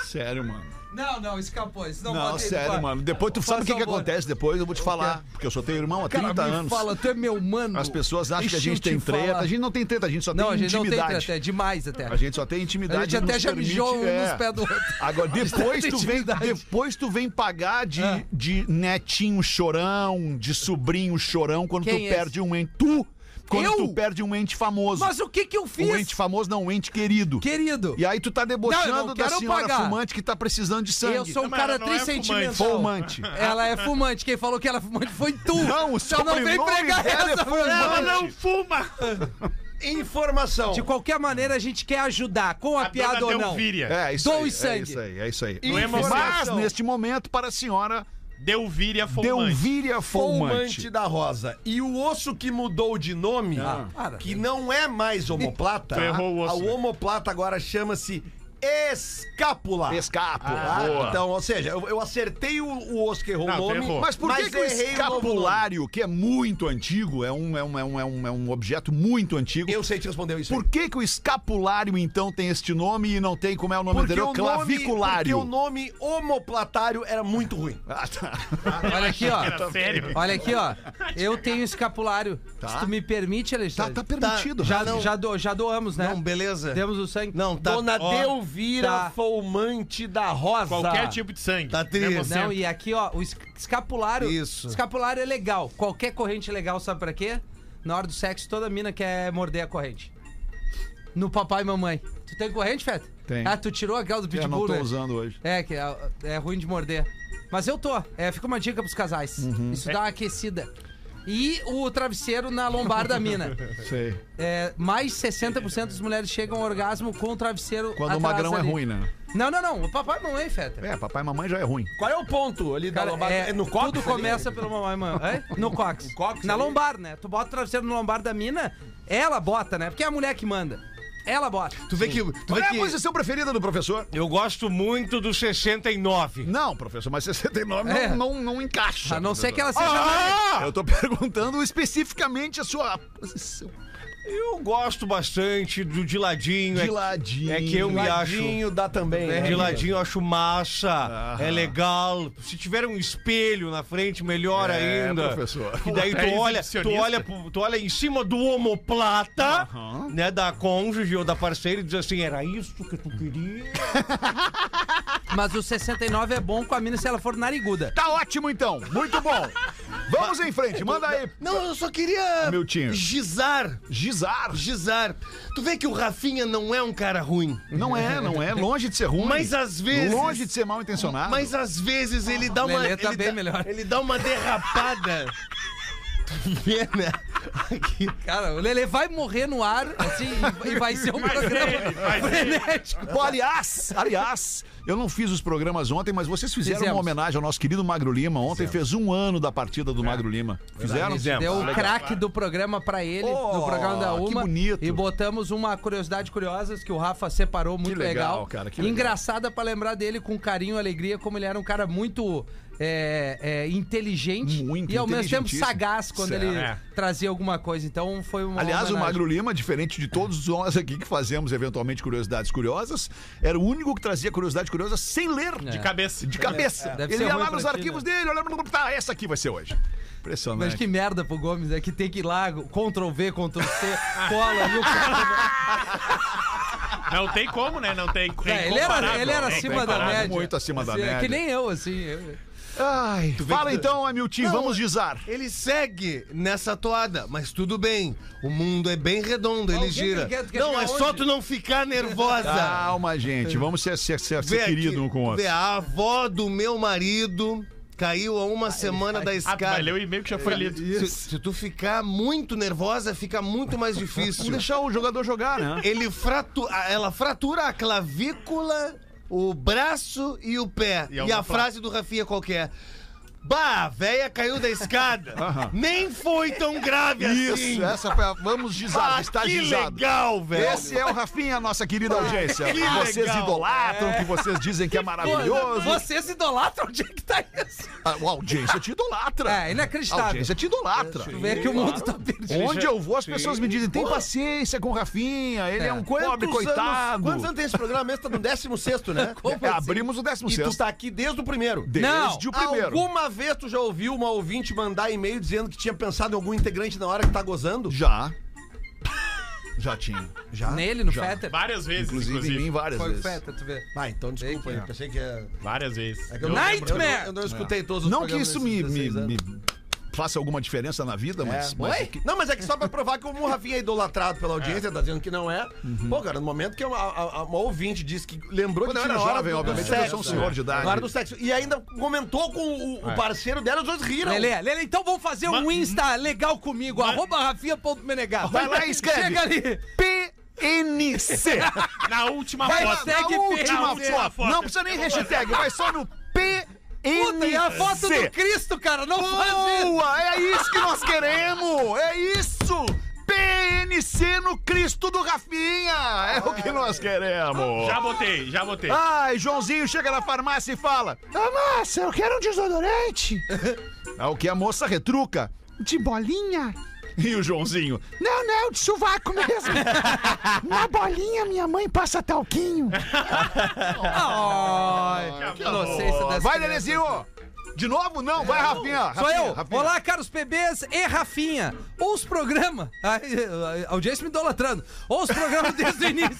Sério, mano.
Não, não, escapou. Isso não
Não,
botei
sério,
no-
mano. Depois tu sabe o que, que
favor.
acontece depois, eu vou te falar. Porque eu só tenho irmão há 30
Cara, me
anos.
fala, tu é meu mano.
As pessoas acham que a
Deixa eu
gente tem
te falar.
treta. A gente não tem treta, a gente só
Não, a
tem
gente não tem
intimidade.
treta, é demais até.
A gente só tem intimidade.
A gente até
nos
já
permite-
mijou um
é.
nos pés do outro.
Agora,
Mas
depois
tem
tu, vem,
intimidade.
depois tu vem pagar de,
Ah.
de netinho chorão, de sobrinho chorão, quando tu
Quem é
perde um ente. Tu! Quando
Eu?
tu perde um ente famoso.
Mas o que que eu fiz?
um ente famoso não, um ente querido.
Querido,
E aí tu tá
Não, eu
debochando
não
da
quero
senhora
pagar.
fumante que tá precisando de sangue.
eu sou um
Não, mas
cara
ela não é
trissentimental.
Fumante.
Ela é fumante. Quem falou que ela é fumante foi tu.
Não, o
Então não vem
sobrenome
pregar
dela é
essa
Ela
fumante.
não fuma!
Informação.
De qualquer maneira, a gente quer ajudar, com a,
A
piada
dona um
ou não.
Delvíria.
É, isso
Doe
aí,
sangue.
É isso aí, é isso aí.
Não é
Mas,
emoção.
neste momento, para a senhora
Delvíria Fumante.
Delvíria
Fomante
Fomante.
da Rosa. E o osso que mudou de nome,
Ah,
para.
né?
que não é mais homoplata,
Tu errou o osso, né?
homoplata agora chama-se escápula.
Escapo. Ah.
Tá?
boa.
Então, ou seja, eu, eu acertei o, o osso que errou
Não,
o
tu
nome,
errou.
Mas por que, que o
errei novo nome.
escapulário, que é muito antigo, é um, é um, é um, é um, é um objeto muito antigo,
Eu sei te responder isso.
por
aí.
que, que o escapulário, então, tem este nome e não tem como é o nome anterior? claviculário.
porque o nome homoplatário era muito ruim.
Ah, tá.
Olha aqui, ó.
Era sério.
Olha aqui, ó. Eu tenho escapulário. Se tu me permite,
Tá,
Alexandre.
tá permitido.
Já,
Rafa.
já, do- já doamos, né?
Não, beleza?
Demos o sangue.
Não, tá.
Dona
ó,
Delvira
tá.
Fomante da Rosa.
Qualquer tipo de sangue.
Tá triste.
Hemocentro.
Não, e aqui, ó, o es- escapulário.
Isso.
Escapulário é legal. Qualquer corrente é legal, sabe pra quê? Na hora do sexo, toda mina quer morder a corrente. No papai e mamãe. Tu tem corrente, Feta?
Tem.
Ah, tu tirou aquela do
Eu não
pitbull,
tô
né?
usando hoje.
É, que é, é ruim de morder. Mas eu tô. É, fica uma dica pros casais.
Uhum.
Isso dá uma aquecida. E o travesseiro na lombar da mina.
Sei.
É, mais 60% das mulheres chegam ao orgasmo com o travesseiro
Quando o
atrás
magrão é
ali.
ruim, né?
Não, não, não. O papai e mamãe, Feta.
É, papai e mamãe já é ruim.
Qual é o ponto ali
Cara,
da lombada?
é,
É no copo?
Tudo começa pelo mamãe, mano. É? No cox.
cox
Na
ali?
lombar, né? Tu bota o travesseiro no lombar da mina, ela bota, né? Porque é a mulher que manda. Ela bota.
Tu vê que. Tu
Qual
vê
é a
que...
posição preferida do professor?
Eu gosto muito do 69.
Não, professor, mas 69
É.
não, não, não encaixa.
A não ser que ela seja.
Ah!
Eu tô perguntando especificamente a sua posição.
Eu gosto bastante do de ladinho.
De
é-
ladinho.
É que eu me acho.
Ladinho dá também.
É
né?
De ladinho eu acho massa, é legal. Se tiver um espelho na frente, melhor
É,
ainda.
professor.
E
É
daí
Até
tu olha, tu
exibicionista.
olha, pro- tu olha em cima do omoplata, né, da cônjuge ou da parceira e diz assim, era isso que tu queria?
Mas o 69 é bom com a mina se ela for nariguda.
Tá ótimo então, muito bom. Vamos em frente, manda aí.
Não, eu só queria.
Meu tio.
Gizar.
Gizar.
Gizar. Tu vê que o Rafinha não é um cara ruim.
Não é, não é. Longe de ser ruim.
Mas às vezes-
Longe de ser mal intencionado.
Mas às vezes ele dá uma.
Lelê tá
ele
bem
dá,
melhor. Tá
Ele dá uma derrapada. tu vê, né? Aqui.
Cara, o Lele vai morrer no ar, assim, e- e vai ser um programa frenético.
Bom, aliás, aliás, eu não fiz os programas ontem, mas vocês fizeram
Fizemos.
uma homenagem ao nosso querido Magro Lima. Ontem fez um ano da partida do
É.
Magro Lima. Fizeram?
Deu o craque do programa pra ele,
Oh,
do programa da
que
Uma.
bonito.
E botamos uma curiosidade curiosa que o Rafa separou, muito legal.
legal, cara, que legal.
Engraçada pra lembrar dele com carinho e alegria, como ele era um cara muito é, é, inteligente
Muito
e ao mesmo tempo
inteligentíssimo.
sagaz quando
Certo.
ele
É.
trazia alguma coisa. Então foi uma.
Aliás, o
homenagem.
Magro Lima, diferente de todos nós aqui que fazemos eventualmente curiosidades curiosas, era o único que trazia curiosidade curiosa sem ler.
De cabeça.
De cabeça.
Deve
Ele
ser
ia
ruim
lá
pra
nos
ti,
arquivos dele, olhando. Tá, essa aqui vai ser hoje. Impressionante.
Mas que merda pro Gomes, é que tem que ir lá, Ctrl V, Ctrl C, cola e o cara.
Não tem como, né? Não tem como.
É, ele era, ele era acima da média.
muito acima da
Assim, é Que
média.
nem eu, assim. eu-
Ai, fala então, Hamilton, vamos gizar.
Ele segue nessa toada, mas tudo bem. O mundo é bem redondo, ele
que que
gira.
ele quer? Tu quer
não,
chegar
é só
onde?
tu não ficar nervosa.
Calma, gente, vamos ser, ser, ser,
Vê
Tá. ser
aqui,
querido um com o outro.
vê, a avó do meu marido caiu há uma semana
tá
da
Ah, tu
escada.
vai
é
ler o e-mail que já foi lido.
Se, se tu ficar muito nervosa, fica muito mais difícil.
Vamos deixar o jogador jogar, né?
Ele fratu... a- Ela fratura a clavícula, o braço e o pé.
E
E,
alguma
a frase do Rafinha qualquer. Bah, a véia caiu da escada. Nem foi tão grave assim.
Isso, essa foi a. Vamos gizar,
Ah,
está
que
gizado.
legal, velho.
Esse é o Rafinha, nossa querida audiência.
que
vocês
legal.
idolatram, que vocês dizem que é maravilhoso.
Vocês idolatram onde é que tá isso?
A, a audiência te idolatra.
É, inacreditável.
A audiência te
É,
idolatra.
Tu vê que o mundo tá perdido.
Onde eu vou, as pessoas me dizem: tem paciência com o Rafinha, ele é,
É.
um pobre
Quantos anos-
coitado.
Quantos anos tem esse programa mesmo? Tá no 16, né?
É, abrimos o décimo
E tu
sexto
tá aqui desde o primeiro.
desde
Não,
o primeiro.
Alguma vez tu já ouviu uma ouvinte mandar e-mail dizendo que tinha pensado em algum integrante na hora que tá gozando?
Já. Já tinha.
Já.
Nele, no Fetter?
Várias vezes,
Inclusive,
inclusive.
em mim várias
Foi o
vezes.
Fetter, tu vê.
Ah, então desculpa,
Sei que
eu pensei que é.
Várias vezes.
é que eu não
Nightmare!
lembro, Eu não, eu não escutei todos os
Não que
programas
isso me,
nesses
me,
16 anos.
me faça alguma diferença na vida,
É,
mas. mas
Oi? Não, mas é que só pra provar que o Rafinha é idolatrado pela audiência, tá dizendo que não é. Pô, cara, no momento que uma, a- a- uma ouvinte disse que lembrou
Uhum. Quando eu
de ti
era
na hora
jovem,
do,
obviamente,
do
eu
sexo,
sou um senhor de idade. É.
Na hora do sexo. E ainda comentou com o, o parceiro dela, os dois riram.
Lele, Lele, então vamos fazer um Insta legal comigo, arroba rafinha.menegato.
Vai lá e escreve.
Chega ali.
PNC.
Na última
Vai
foto.
ser-
Na
Hashtag
última
PNC.
foto. Não precisa nem hashtag, vai só no
Puta, e a foto do
PNC.
Cristo, cara, não faz isso.
Boa, é isso que nós queremos. É isso. PNC no Cristo do Rafinha. É o que nós queremos.
Já botei, já
Ah,
botei.
Ai, Joãozinho chega na farmácia e fala: Ah, massa, eu quero um desodorante. Ao É que a moça retruca: De bolinha? E o Joãozinho: Não, não, de sovaco mesmo. na bolinha minha mãe passa talquinho.
Ai, que inocência dessa
Oh! Vai,
criança.
Lelezinho! De novo? Não, vai, Rafinha.
Sou
Rafinha,
eu.
Rafinha.
Olá, caros PBs e Rafinha. Ouça os programas. A audiência me idolatrando. Ouça os programas desde o início.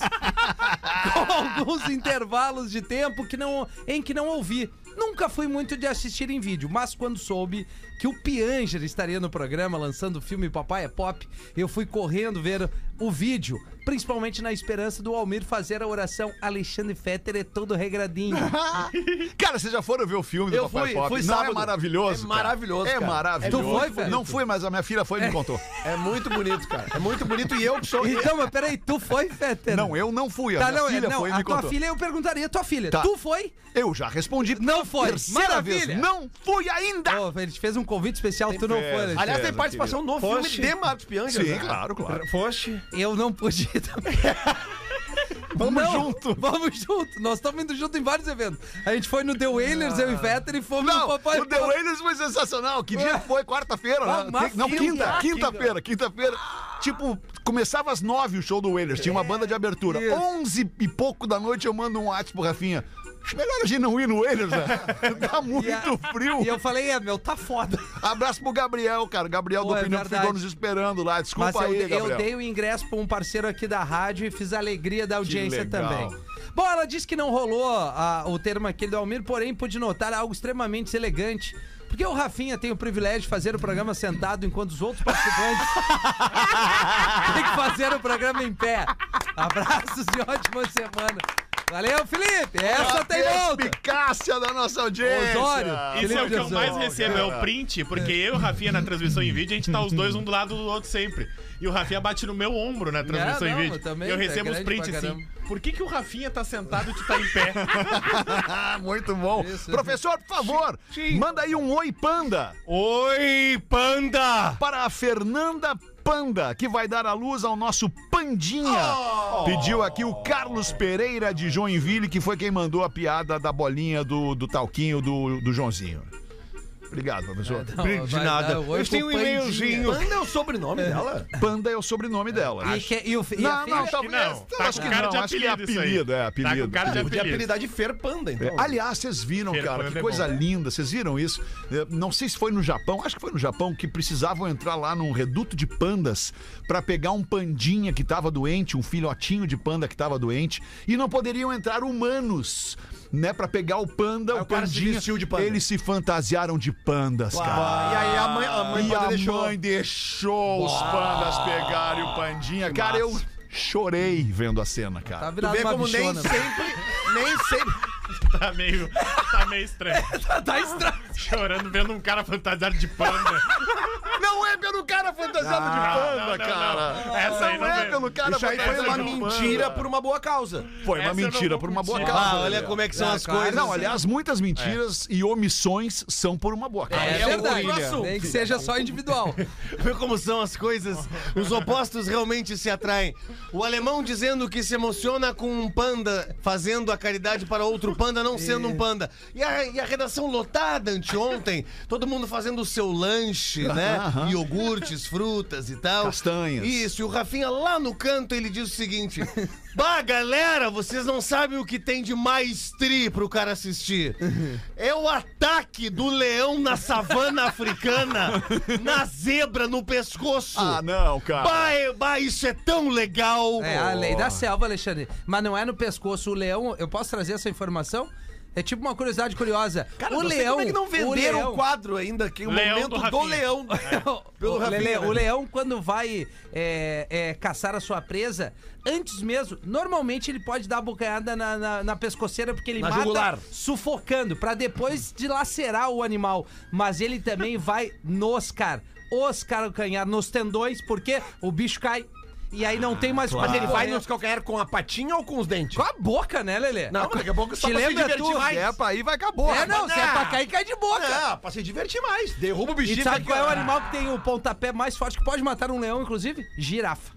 com alguns intervalos de tempo que não, em que não ouvi. Nunca fui muito de assistir em vídeo, mas quando soube que o Pianger estaria no programa lançando o filme Papai é Pop, eu fui correndo ver o vídeo, principalmente na esperança do Almir fazer a oração Alexandre Fetter é todo regradinho.
Cara, vocês já foram ver o filme do
Eu
Papai
fui-
Pop?
fui
Não, é
sábado.
maravilhoso.
É
cara.
maravilhoso,
É
cara.
maravilhoso.
Tu foi, velho?
Não fui, mas a minha filha foi e me contou.
É muito bonito, cara. É muito bonito e eu que sou.
Então, mas peraí, tu foi, Fetter?
Não, eu não fui. A
Tá,
minha
não, é,
filha
não,
foi e
a
me
tua
contou.
filha eu perguntaria, tua filha,
Tá.
tu foi?
Eu já respondi.
Não
pela
foi.
Terceira
Maravilha.
vez. Não fui ainda.
Ô, ele te fez um convite especial, tu não foi. né? Alexandre.
É,
Aliás, tem
César,
um participação no filme de Marcos Piangas.
Sim, claro, claro.
Foste?
Eu não podia também. Vamos junto. Vamos junto. Nós estamos indo junto em vários eventos. A gente foi no The Whalers, eu e Vetter, e fomos
Ah. Não,
no Papai
o The Wailers foi sensacional. Que dia que foi?
Ah,
Quarta-feira, né?
uma
Que- Não,
fila.
quinta. Quinta-feira, quinta-feira. Tipo, começava às nove o show do Wailers. Tinha uma banda de abertura.
Isso.
Onze e pouco da noite eu mando um WhatsApp pro Rafinha. Acho melhor a gente não ir no Wailers, né? Tá muito
E a-
frio.
E eu falei, é, meu, tá foda.
Abraço pro Gabriel, cara. Gabriel
Pô,
do
é
Pneu que
verdade.
ficou nos esperando lá. Desculpa
Mas
aí,
eu, eu
Gabriel.
dei o ingresso pra um parceiro aqui da rádio e fiz a alegria da audiência
legal.
também. Bom, ela disse que não rolou ah, o termo aquele do Almir, porém pude notar algo extremamente elegante. Porque o Rafinha tem o privilégio de fazer o programa sentado enquanto os outros participantes tem que fazer o programa em pé. Abraços e ótima semana. Valeu, Felipe! Essa tem volta!
Perspicácia da nossa audiência.
Osório!
Isso
Felipe
é o que eu
Osório.
mais recebo, é o print, porque eu e o Rafinha na transmissão em vídeo, a gente tá os dois um do lado do outro sempre. E o Rafinha bate no meu ombro na transmissão
não,
em vídeo.
eu também,
e eu
tá
recebo os
grande
prints
pra
assim. Por que, que o Rafinha tá sentado e tu tá em pé?
Muito bom. Professor, por favor, manda aí um oi, panda.
Oi, panda!
para a Fernanda Panda, que vai dar à luz ao nosso Pandinha.
Oh!
Pediu aqui o Carlos Pereira de Joinville, que foi quem mandou a piada da bolinha do, do talquinho do, do Joãozinho. Obrigado,
É,
professor.
então.
Não,
de
vai
nada.
dar oi
Eu
pro
tenho um
Pandinha.
e-mailzinho.
Manda é o sobrenome dela?
Panda é o sobrenome dela.
Ah,
E, que, e o fi- e a
Não,
filha-
não, talvez.
Não, tá
acho
com
que
cara
não,
de
acho que é
apelido isso aí.
apelido, é
Tá
apelido.
com cara de
De
apelido.
apelidar de Fer Panda,
É,
então.
Aliás, vocês viram,
Feira
cara,
foi
que
bem
coisa
bom.
né?
linda. Vocês viram isso? É, Não sei se foi no Japão, acho que foi no Japão, que precisavam entrar lá num reduto de pandas pra pegar um pandinha que tava doente, um filhotinho de panda que tava doente, e não poderiam entrar humanos. Né, pra pegar o panda, o,
o cara se
pandinha.
vestiu de panda.
Eles se fantasiaram de pandas, cara.
e aí a mãe, a mãe
e
panda
a
deixou.
mãe deixou os pandas pegarem o pandinha. Cara, eu chorei vendo a cena,
Tá
cara.
Tu
virado
vê
uma
como nem
bichona.
sempre, nem sempre.
Tá meio, tá meio estranho.
Tá estranho.
Chorando, vendo um cara fantasiado de panda.
Não é pelo cara fantasiado de panda,
não, não,
cara.
não. Essa aí
não
não
é
vem.
pelo cara
Ah, Isso aí foi
fantasiado
uma
de panda.
mentira por uma boa causa.
Foi
Essa
uma
eu não
mentira
vou
por uma boa
curtir.
causa.
Ah, olha como é que são
Ah,
as
cara,
coisas.
Não, aliás, muitas mentiras e omissões são por uma boa causa.
É,
um
é o
verdade.
William.
Nem que seja só individual.
Vê como são as coisas. Os opostos realmente se atraem. O alemão dizendo que se emociona com um panda fazendo a caridade para outro panda não sendo um panda. E a, e a redação lotada anteontem, todo mundo fazendo o seu lanche, né? Iogurtes, frutas e tal.
Castanhas.
Isso, e o Rafinha lá no canto ele diz o seguinte: Bah, galera, vocês não sabem o que tem de mais tri pro cara assistir. É o ataque do leão na savana africana, na zebra, no pescoço.
Ah, não, cara.
Bah, é- bah, isso é tão legal.
É a lei da selva, Alexandre. Mas não é no pescoço. O leão, eu posso trazer essa informação? É tipo uma curiosidade curiosa.
Cara,
o
não sei
leão.
como é que não venderam o,
leão-
quadro ainda, que é o
Leão do
momento do,
Rafinha.
leão.
o,
Pelo Rafinha,
Lele,
né?
o leão, quando vai é, é, caçar a sua presa, antes mesmo, normalmente ele pode dar a bocanhada na, na, na pescoceira, porque ele
Na
mata
jugular.
sufocando, pra depois dilacerar o animal. Mas ele também vai nos car, os calcanhar, nos tendões, porque o bicho cai. E aí não tem mais como
Mas ele vai
correr.
nos calcanhar com a patinha ou com os dentes?
Com a boca, né, Lelê?
Não, daqui a pouco é só
Te
pra se
lembra
divertir
tu?
mais.
É, pra aí vai acabou.
É, não, se é pra cair, cai de boca.
Ah, pra se divertir mais. Derruba o
Tipo
bichinho.
E sabe qual é o animal que tem o pontapé mais forte que pode matar um leão, inclusive? Girafa.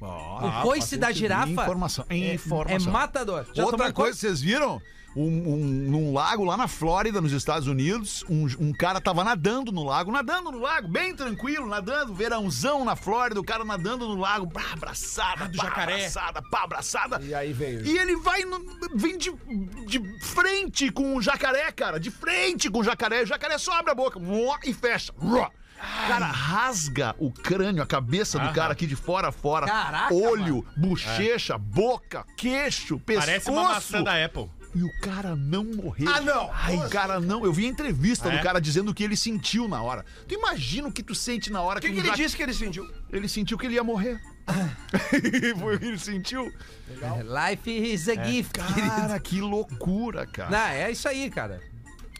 o coice da girafa
Informação.
é
Informação.
matador. Já
Outra
tomou
coisa, vocês viram? Um, um- num lago lá na Flórida, nos Estados Unidos, um, um cara tava nadando no lago, nadando no lago, bem tranquilo, nadando, verãozão na Flórida, o cara nadando no lago, pá, abraçada, do jacaré. abraçada, pá, abraçada.
E aí veio.
E ele vai, no- vem de, de frente com o jacaré, cara, de frente com o jacaré, o jacaré só abre a boca muá, e fecha. Ruá. Cara, rasga o crânio, a cabeça do cara aqui de fora a fora.
Caraca,
Olho, bochecha, boca, queixo, pescoço.
Parece uma maçã da Apple.
E o cara não morreu. Ah, não! Ai, cara, não. Eu vi a entrevista do
é?
cara dizendo o que ele sentiu na hora. Tu imagina o que Ah. tu sente na hora
O que, que
um
ele
jac-
disse que ele sentiu?
Ele sentiu que ele ia morrer. Foi o que ele sentiu.
coisa? É Life is a gift, querido.
É, Cara, que loucura, cara.
Não, é isso aí, cara.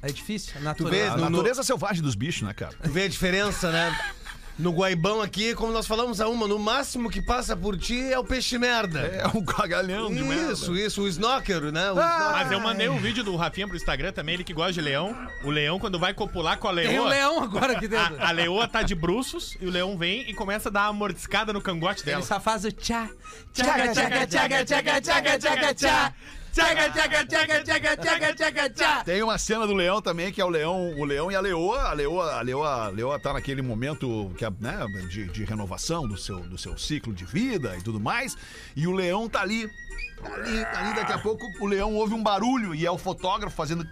É difícil, a
A
natureza.
natureza selvagem dos bichos, né, cara?
Tu vê a diferença, né? No Guaibão aqui, como nós falamos
é um
a uma, no máximo que passa por ti é o peixe merda.
É um cagalhão de merda. Ah,
isso, isso, o snorker, né? O snorker.
Mas eu mandei um vídeo do Rafinha pro Instagram também, ele que gosta de leão. O leão, quando vai copular com a leoa.
Tem um leão agora aqui dentro.
A, a leoa tá de bruços e o leão vem e começa a dar uma mordiscada no cangote dela.
Ele só faz o tchá.
Tchaga, tchaga, tchaga, tchaga, tchaga, tchaga, tchá. Tchaga, tchaga, tchaga, tchaga, tchaga, tchaga, tchá.
Tem uma cena do leão também, que é o leão, o leão e a leoa. A leoa, a leoa, a leoa tá naquele momento que é, né, de, de renovação do seu, do seu ciclo de vida e tudo mais. E o leão tá ali. Tá ali, tá ali. Daqui a pouco o leão ouve um barulho e é o fotógrafo fazendo.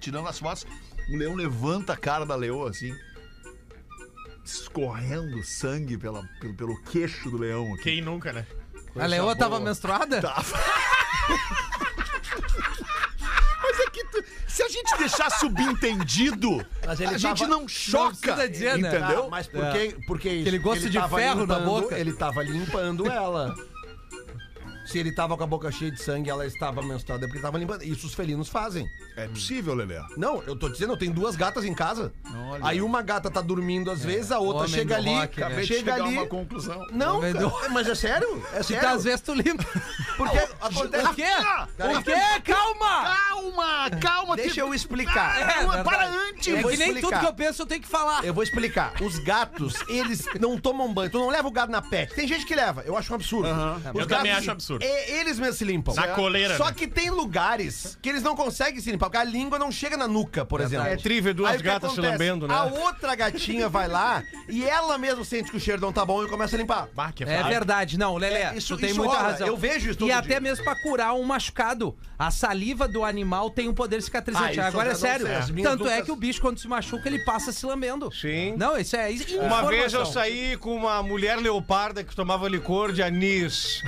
tirando as fotos. O leão levanta a cara da leoa assim. Escorrendo sangue pela, pelo, pelo queixo do leão aqui.
Quem nunca, né?
A leoa tava menstruada?
Tá. Mas é que tu- se a gente deixar subentendido,
Mas ele
a gente
tava-
não choca.
precisa dizer, né?
entendeu?
Ah, Mas por que, por que isso?
Aquele gosto de
tava
ferro na
limpando-
boca.
Ele tava limpando ela. Se ele tava com a boca cheia de sangue, ela estava menstruada é porque tava limpando. Isso os felinos fazem.
É possível, Lelé.
Não, eu tô dizendo, eu tenho duas gatas em casa. Aí uma gata tá dormindo às vezes, a outra
É, homem
chega
do
ali,
rock, né?
chega
Chegar a
ali.
uma conclusão.
Não,
Homem do-
cara, mas é sério? É
Que
sério?
às vezes tu limpa.
Porque acontece.
O quê? O quê? Calma!
Calma, calma.
Deixa
te-
eu explicar.
É,
Calma,
verdade.
para antes.
Eu
É
vou
que nem tudo
explicar.
que eu penso eu tenho que falar.
Eu vou explicar. Os gatos, eles não tomam banho. Tu não leva o gato na pet. Tem gente que leva. Eu acho um absurdo. Os
Eu também acho absurdo.
é, eles mesmos se limpam.
Na coleira,
Só
né?
que tem lugares que eles não conseguem se limpar, porque a língua não chega na nuca, por exemplo.
É trívia, duas
Aí o que
gatas se
acontece?
lambendo, né?
A outra gatinha vai lá e ela mesmo sente que o cheiro não tá bom e começa a limpar.
Bah, que
É
fraco.
verdade, não, Lelé,
É, isso-
tu tem
isso
muita
rola,
razão.
eu vejo isso todo
E até
dia.
mesmo pra curar um machucado. A saliva do animal tem um poder
Ah,
cicatrizante.
isso eu já
Agora é
não
sério.
sei, as minhas
Tanto é
nunca-
que o bicho, quando se machuca, ele passa se lambendo.
Sim.
Não, isso é isso é
Uma
informação.
vez eu saí com uma mulher leoparda que tomava licor de anis.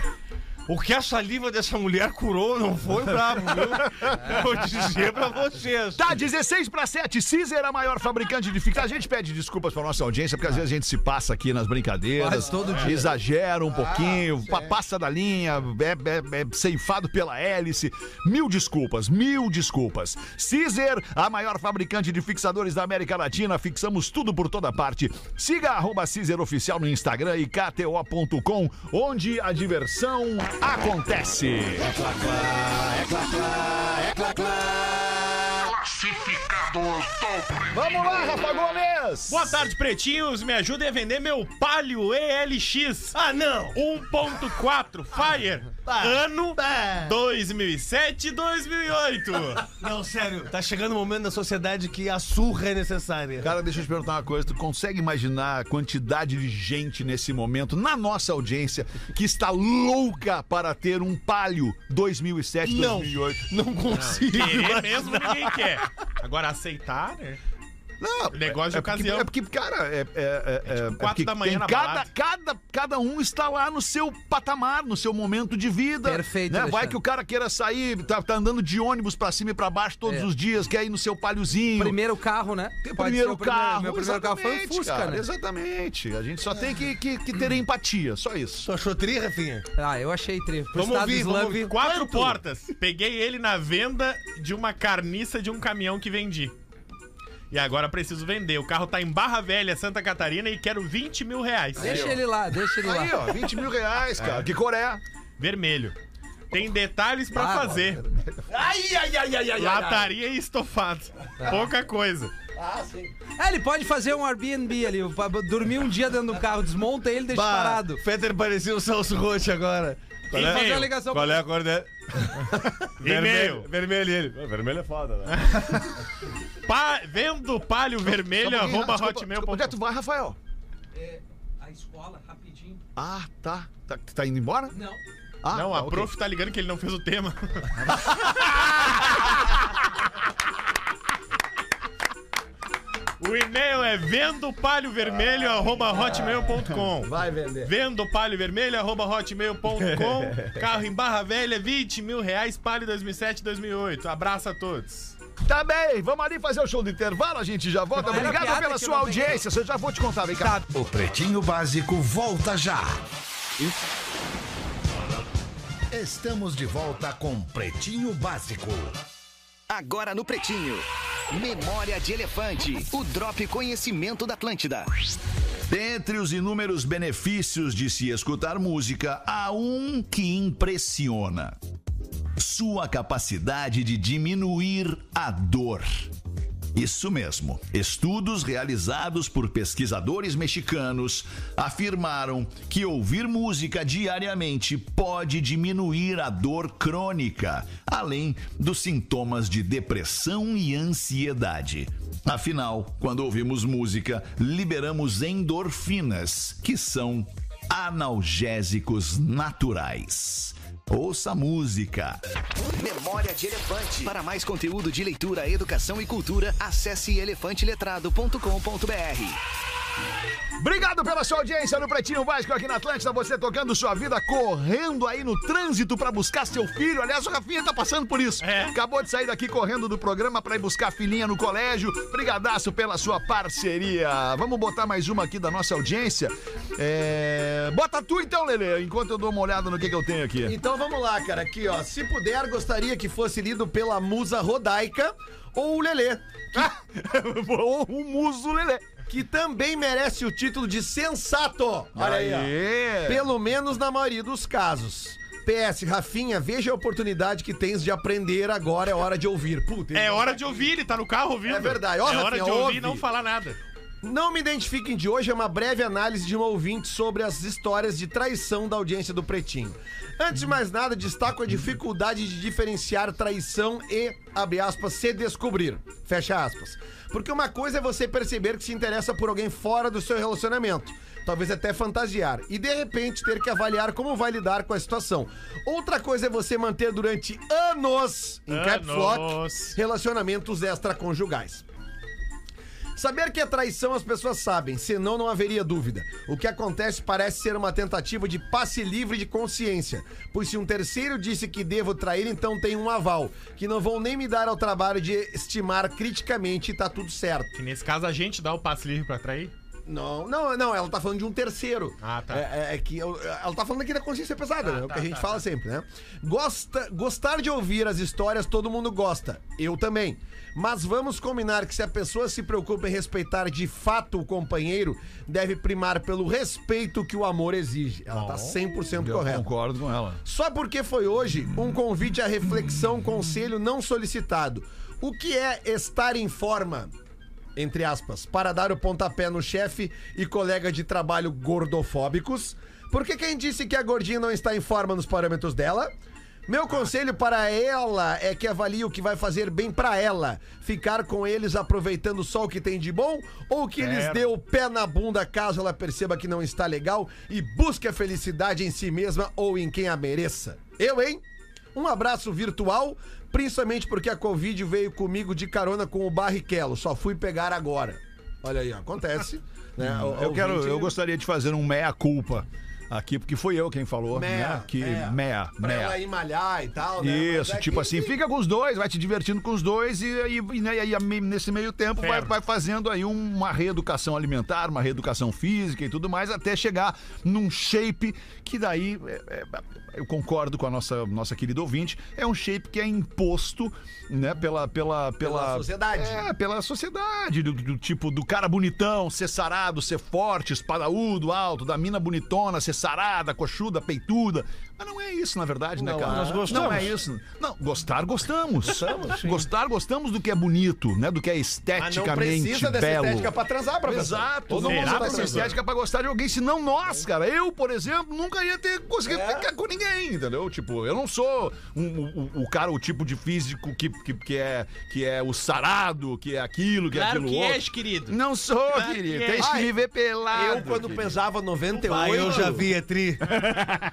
O que a saliva dessa mulher curou não foi brabo, viu? Vou dizer pra vocês.
Tá, 16 para 7. Cizer, a maior fabricante de ficção. A gente pede desculpas para nossa audiência, porque às vezes a gente se passa aqui nas brincadeiras.
Faz todo dia. Ah,
Exagera um pouquinho, pa- passa da linha, é, é- é ceifado pela hélice. Mil desculpas, mil desculpas. Cizer, a maior fabricante de fixadores da América Latina. Fixamos tudo por toda parte. Siga arroba Cizer Oficial no Instagram e kto.com, onde a diversão acontece. Vamos lá, Rafa Gomes!
Boa tarde, pretinhos. Me ajudem a vender meu Palio ELX.
Ah, não!
1.4 Fire, ano
Ah.
2007, 2008.
Não, sério, tá chegando um momento na sociedade que a surra é necessária.
Cara, deixa eu te perguntar uma coisa. Tu consegue imaginar a quantidade de gente nesse momento, na nossa audiência, que está louca para ter um palio 2007,
Não.
2008?
Não consigo.
Querer mesmo ninguém quer. Agora aceitar, né?
Não.
Negócio de
é porque,
ocasião. Tipo,
é porque, cara, é. é, é, é, é
quatro
porque
da manhã
tem
na
cada,
balada.
cada, cada um está lá no seu patamar, no seu momento de vida.
Perfeito,
Né? Vai
Alexandre.
que o cara queira sair, tá, tá andando de ônibus pra cima e pra baixo todos
É.
os dias, quer ir no seu paliozinho.
Primeiro carro, né?
Tem o
Pode
primeiro
ser o
carro.
Meu primeiro carro foi um
exatamente,
Fusca,
cara,
né? É.
Exatamente. A gente só tem que, que- que ter empatia, só isso.
Tu achou tri, Rafinha?
Ah, eu achei tri. Pro
Vamos
Estado
ouvir, vamos
Islâmico.
ouvir.
Quatro
Quanto?
portas. Peguei ele na venda de uma carniça de um caminhão que vendi. E agora preciso vender. O carro tá em Barra Velha, Santa Catarina e quero 20 mil reais.
Deixa ele lá, deixa ele lá.
Aí, ó, 20 mil reais,
É.
cara. Que é? Coreia.
Vermelho. Tem detalhes pra
Ah,
fazer.
Ai, ai, ai, ai, ai, ai.
Lataria e estofado. Pouca coisa.
É, ele pode fazer um Airbnb ali, pra- pra dormir um dia dentro do carro, desmonta ele e deixa parado.
Fetter parecia o Celso Rocha agora.
Qual
E-mail.
Fazer uma ligação
Qual é a cor dele?
E-mail.
Vermelho, vermelho ele. Ah, Vermelho é foda, né?
Pa- vendo palio vermelho,
Só um pouquinho,
arroba
desculpa, desculpa,
hotmail.com.
Onde é que tu vai, Rafael?
É, A escola, rapidinho.
Ah, tá. Tá, tá indo embora?
Não.
Ah,
Não, a
tá, ok.
prof tá ligando que ele não fez o tema. O e-mail é vendopalhovermelho.hotmail.com
Vai vender.
vendopalhovermelho.hotmail.com Carro em Barra Velha, 20 mil reais, palio 2007, 2008. Abraço a todos.
Tá bem, vamos ali fazer o show do intervalo, a gente já volta.
Era
Obrigado
piada
pela
que
sua
não tem. Tá.
audiência. Eu já vou te contar, vem cá.
O Pretinho Básico volta já. Estamos de volta com Pretinho Básico.
Agora no Pretinho. Memória de Elefante. O Drop Conhecimento da Atlântida.
Dentre os inúmeros benefícios de se escutar música, há um que impressiona: sua capacidade de diminuir a dor. Isso mesmo. Estudos realizados por pesquisadores mexicanos afirmaram que ouvir música diariamente pode diminuir a dor crônica, além dos sintomas de depressão e ansiedade. Afinal, quando ouvimos música, liberamos endorfinas, que são analgésicos naturais. Ouça música.
Memória de Elefante. Para mais conteúdo de leitura, educação e cultura, acesse elefanteletrado.com.br.
Obrigado pela sua audiência no Pretinho Básico aqui na Atlântida. Você tocando sua vida, correndo aí no trânsito pra buscar seu filho. Aliás, o Rafinha tá passando por isso.
É.
Acabou de sair daqui correndo do programa pra ir buscar a filhinha no colégio. Brigadaço pela sua parceria. Vamos botar mais uma aqui da nossa audiência. É, Bota tu então, Lele, enquanto eu dou uma olhada no que, que eu tenho aqui.
Então vamos lá, cara. Aqui, ó. Se puder, gostaria que fosse lido pela musa rodaica ou o Lelê,
Ou um muso, Lele.
que também merece o título de sensato. Olha aí, ó.
Aê.
Pelo menos na maioria dos casos. PS, Rafinha, veja a oportunidade que tens de aprender agora, é hora de ouvir. Puta,
É
ele-
hora de ouvir, ele tá no carro ouvindo.
É verdade. Ó,
é hora
Rafinha,
de ouvir
ouve.
e não falar nada.
Não me identifiquem de hoje é uma breve análise de um ouvinte sobre as histórias de traição da audiência do Pretinho. Antes de mais nada, destaco a dificuldade de diferenciar traição e, abre aspas, se descobrir. Fecha aspas. Porque uma coisa é você perceber que se interessa por alguém fora do seu relacionamento, talvez até fantasiar, e de repente ter que avaliar como vai lidar com a situação. Outra coisa é você manter durante anos, em caps
Anos.
lock, relacionamentos extraconjugais. Saber que é traição as pessoas sabem, senão não haveria dúvida. O que acontece parece ser uma tentativa de passe livre de consciência, pois se um terceiro disse que devo trair, então tem um aval, que não vão nem me dar ao trabalho de estimar criticamente e tá tudo certo.
Que nesse caso a gente dá o passe livre pra trair.
Não, não, não, ela tá falando de um terceiro.
Ah, tá. Ah,
É, é- é que eu- ela tá falando aqui da consciência pesada, né? É o que a gente fala sempre, né? Gosta, gostar de ouvir as histórias, todo mundo gosta. Eu também. Mas vamos combinar que se a pessoa se preocupa em respeitar de fato o companheiro, deve primar pelo respeito que o amor exige. Ela tá 100% correta.
Concordo com ela.
Só porque foi hoje um convite à reflexão, conselho não solicitado. O que é estar em forma? Entre aspas, para dar o pontapé no chefe e colega de trabalho gordofóbicos? Porque quem disse que a gordinha não está em forma nos parâmetros dela? Meu conselho para ela é que avalie o que vai fazer bem para ela. Ficar com eles aproveitando só o que tem de bom ou que lhes dê o pé na bunda caso ela perceba que não está legal e busque a felicidade em si mesma ou em quem a mereça. Eu, hein? Um abraço virtual, principalmente porque a Covid veio comigo de carona com o Barrichello. Só fui pegar agora. Olha aí, ó, acontece. né? O-
Hum, Eu, quero,
ouvinte-
eu gostaria de fazer um meia-culpa aqui, porque foi eu quem falou,
Meia,
né? Que
meia.
meia,
Pra ela
meia.
ir malhar e tal, né?
Né. Isso,
Mas é
tipo
que-
assim, fica com os dois, vai te divertindo com os dois e, e, e, né, e a- nesse meio tempo vai,
Ferro.
vai fazendo aí uma reeducação alimentar, uma reeducação física e tudo mais, até chegar num shape que daí, é, é, eu concordo com a nossa, nossa querida ouvinte, é um shape que é imposto, né, pela... Pela,
Pela
pela
sociedade.
É, pela sociedade, do, do tipo do cara bonitão, ser sarado, ser forte, espadaúdo, alto, da mina bonitona, ser sarada, coxuda, peituda. Mas não é isso, na verdade, né, cara? Nós gostamos. Não é isso. Não, gostar, gostamos. gostar, gostamos do que é bonito, né? Do que é
Mas
esteticamente
não precisa dessa
belo.
estética pra transar, pra
Exato,
Todo
não
mundo
usa
tá
dessa
transando.
estética é pra gostar de alguém, senão nós, cara. Eu, por exemplo, nunca ia ter conseguido
É.
ficar com ninguém, entendeu? Tipo, eu não sou um- o- o, o cara, o tipo de físico que, que, que é, que é o sarado, que é aquilo, que é
Claro
aquilo
que
outro.
és, querido.
Não sou,
Claro
querido.
que é.
Tem
és.
que me ver pelado.
Eu, quando pesava 98.
Aí eu já vi, é tri.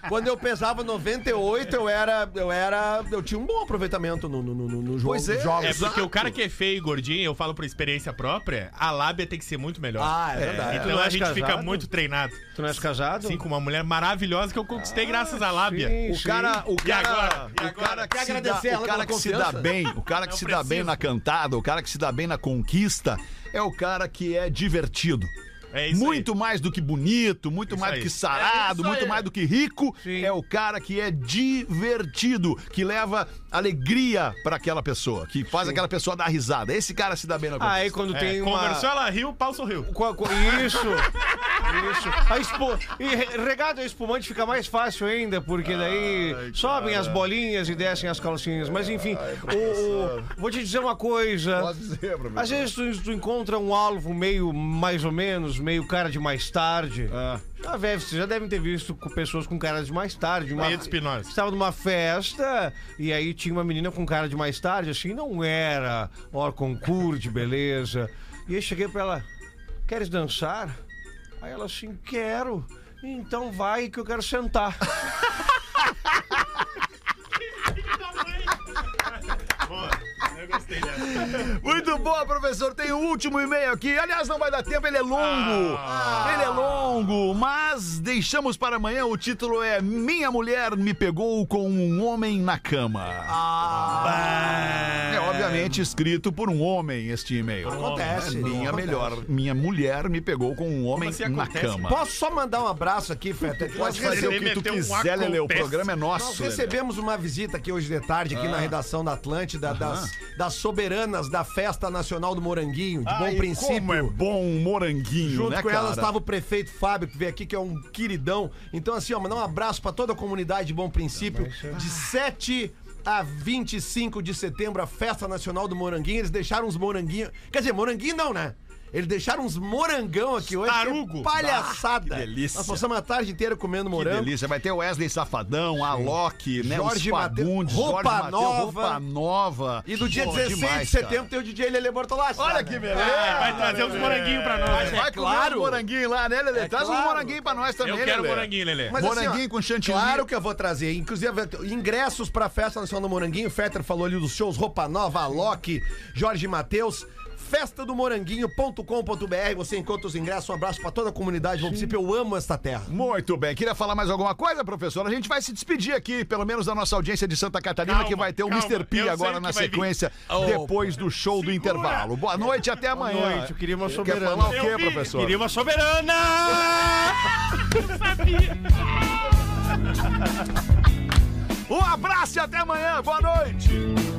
Quando eu pesava 98, eu era. Eu era. Eu tinha um bom aproveitamento no, no, no, no jogo.
Pois é.
É
jogos.
porque o cara que é feio e gordinho, eu falo por experiência própria, a lábia tem que ser muito melhor.
Ah, é verdade.
Então
Tu não
a
és
gente fica
casado?
muito treinado.
Tu não és casado?
Sim, com uma mulher maravilhosa que eu conquistei graças à lábia.
O cara, o
E
cara,
agora? E
o cara
agora?
que,
Quer
se dá-
agradecer ela
o cara
pela
que se dá
confiança?
bem, o cara que
Não
se dá bem
preciso.
na cantada, o cara que se dá bem na conquista, é o cara que é divertido.
É isso aí.
muito mais do que bonito, muito
Isso
mais
aí.
do que sarado,
É isso
muito
aí.
mais do que rico,
Sim.
é o cara que é divertido, que leva alegria pra aquela pessoa, que faz aquela pessoa dar risada. Esse cara se dá bem na
Aí quando
É,
tem uma...
Conversou, ela riu, o pau sorriu.
Com a- com- Isso! Isso. A espu- E re- regado a espumante fica mais fácil ainda, porque daí sobem as bolinhas e descem as calcinhas. Mas enfim, o- o- vou te dizer uma coisa. Às vezes tu, tu encontra um alvo meio mais ou menos, meio cara de mais tarde. Já deve, vocês já devem ter visto com pessoas com cara de mais tarde. Uma,
Pedro Espinosa.
estava numa festa e aí tinha uma menina com cara de mais tarde, assim, não era ó, concurso de beleza. E aí cheguei pra ela, queres dançar? Aí ela assim, quero. Então vai que eu quero sentar.
Eu gostei dessa.
Muito bom, professor. Tem o último e-mail aqui. Aliás, não vai dar tempo, ele é longo.
Ah.
Ele é longo, mas deixamos para amanhã. O título é Minha Mulher Me Pegou com um Homem na Cama.
Ah.
É obviamente escrito por um homem este e-mail.
Acontece.
Minha
Acontece.
melhor, minha mulher me pegou com um homem
assim
na
acontece?
cama.
Posso só mandar um abraço aqui, Feta? Que nós
Pode fazer
Ele
o que tu
meteu um
quiser, Lele. O
acontece.
programa é
Nós
nosso. Lelê. Ah.
recebemos uma visita aqui hoje de tarde, aqui na redação da Atlântida, das, das soberanas da Festa Nacional do Moranguinho, de
Ai,
bom princípio.
Como é bom um moranguinho,
Junto
né,
com
cara?
elas estava o prefeito Fábio, que veio aqui, que é um queridão. Então, assim, ó, mandar um abraço pra toda a comunidade de Bom Princípio. De 7 a 25 de setembro, a Festa Nacional do Moranguinho. Eles deixaram uns moranguinhos. Quer dizer, moranguinho não, né? Eles deixaram uns morangão aqui hoje. que é
Tarugo.
Palhaçada.
Ah, que delícia.
Nós passamos a tarde inteira comendo
Que
morango.
delícia. Vai ter o Wesley Safadão, a Loki, né? Jorge
Jorge
Fagundes,
Mateus,
Jorge
Roupa
Mateus,
Nova.
Roupa Nova.
E do dia
Pô,
16
demais,
de setembro
cara.
tem o DJ Lelê Bortolassi. lá,
Olha
né?
que beleza.
É, Vai trazer uns moranguinhos pra nós. né?
Vai comer
É claro.
um moranguinho lá, né, Lelê?
É
Traz
claro.
um moranguinho pra nós também,
Eu quero
Lelê.
moranguinho, Lelê.
Mas,
É. Moranguinho
assim, ó,
com chantilly.
Claro que eu vou trazer. Inclusive, ingressos pra festa nacional do Moranguinho. O Fetter falou ali dos shows Roupa Nova, Alok, Jorge Matheus. Festa do Moranguinho.com.br. Você encontra os ingressos. Um abraço pra toda a comunidade do município. Eu amo esta terra.
Muito bem. Queria falar mais alguma coisa, professor? A gente vai se despedir aqui, pelo menos da nossa audiência de Santa Catarina,
Calma,
que vai ter o
calma.
Mr.
Eu
P
sei
agora
que
na
vai vir.
sequência, depois do show do intervalo. Boa noite, até amanhã.
noite, eu queria uma
Quer
soberana.
falar é o
Eu
quê,
vi.
professor?
Queria uma soberana!
Um abraço e até amanhã. Boa noite.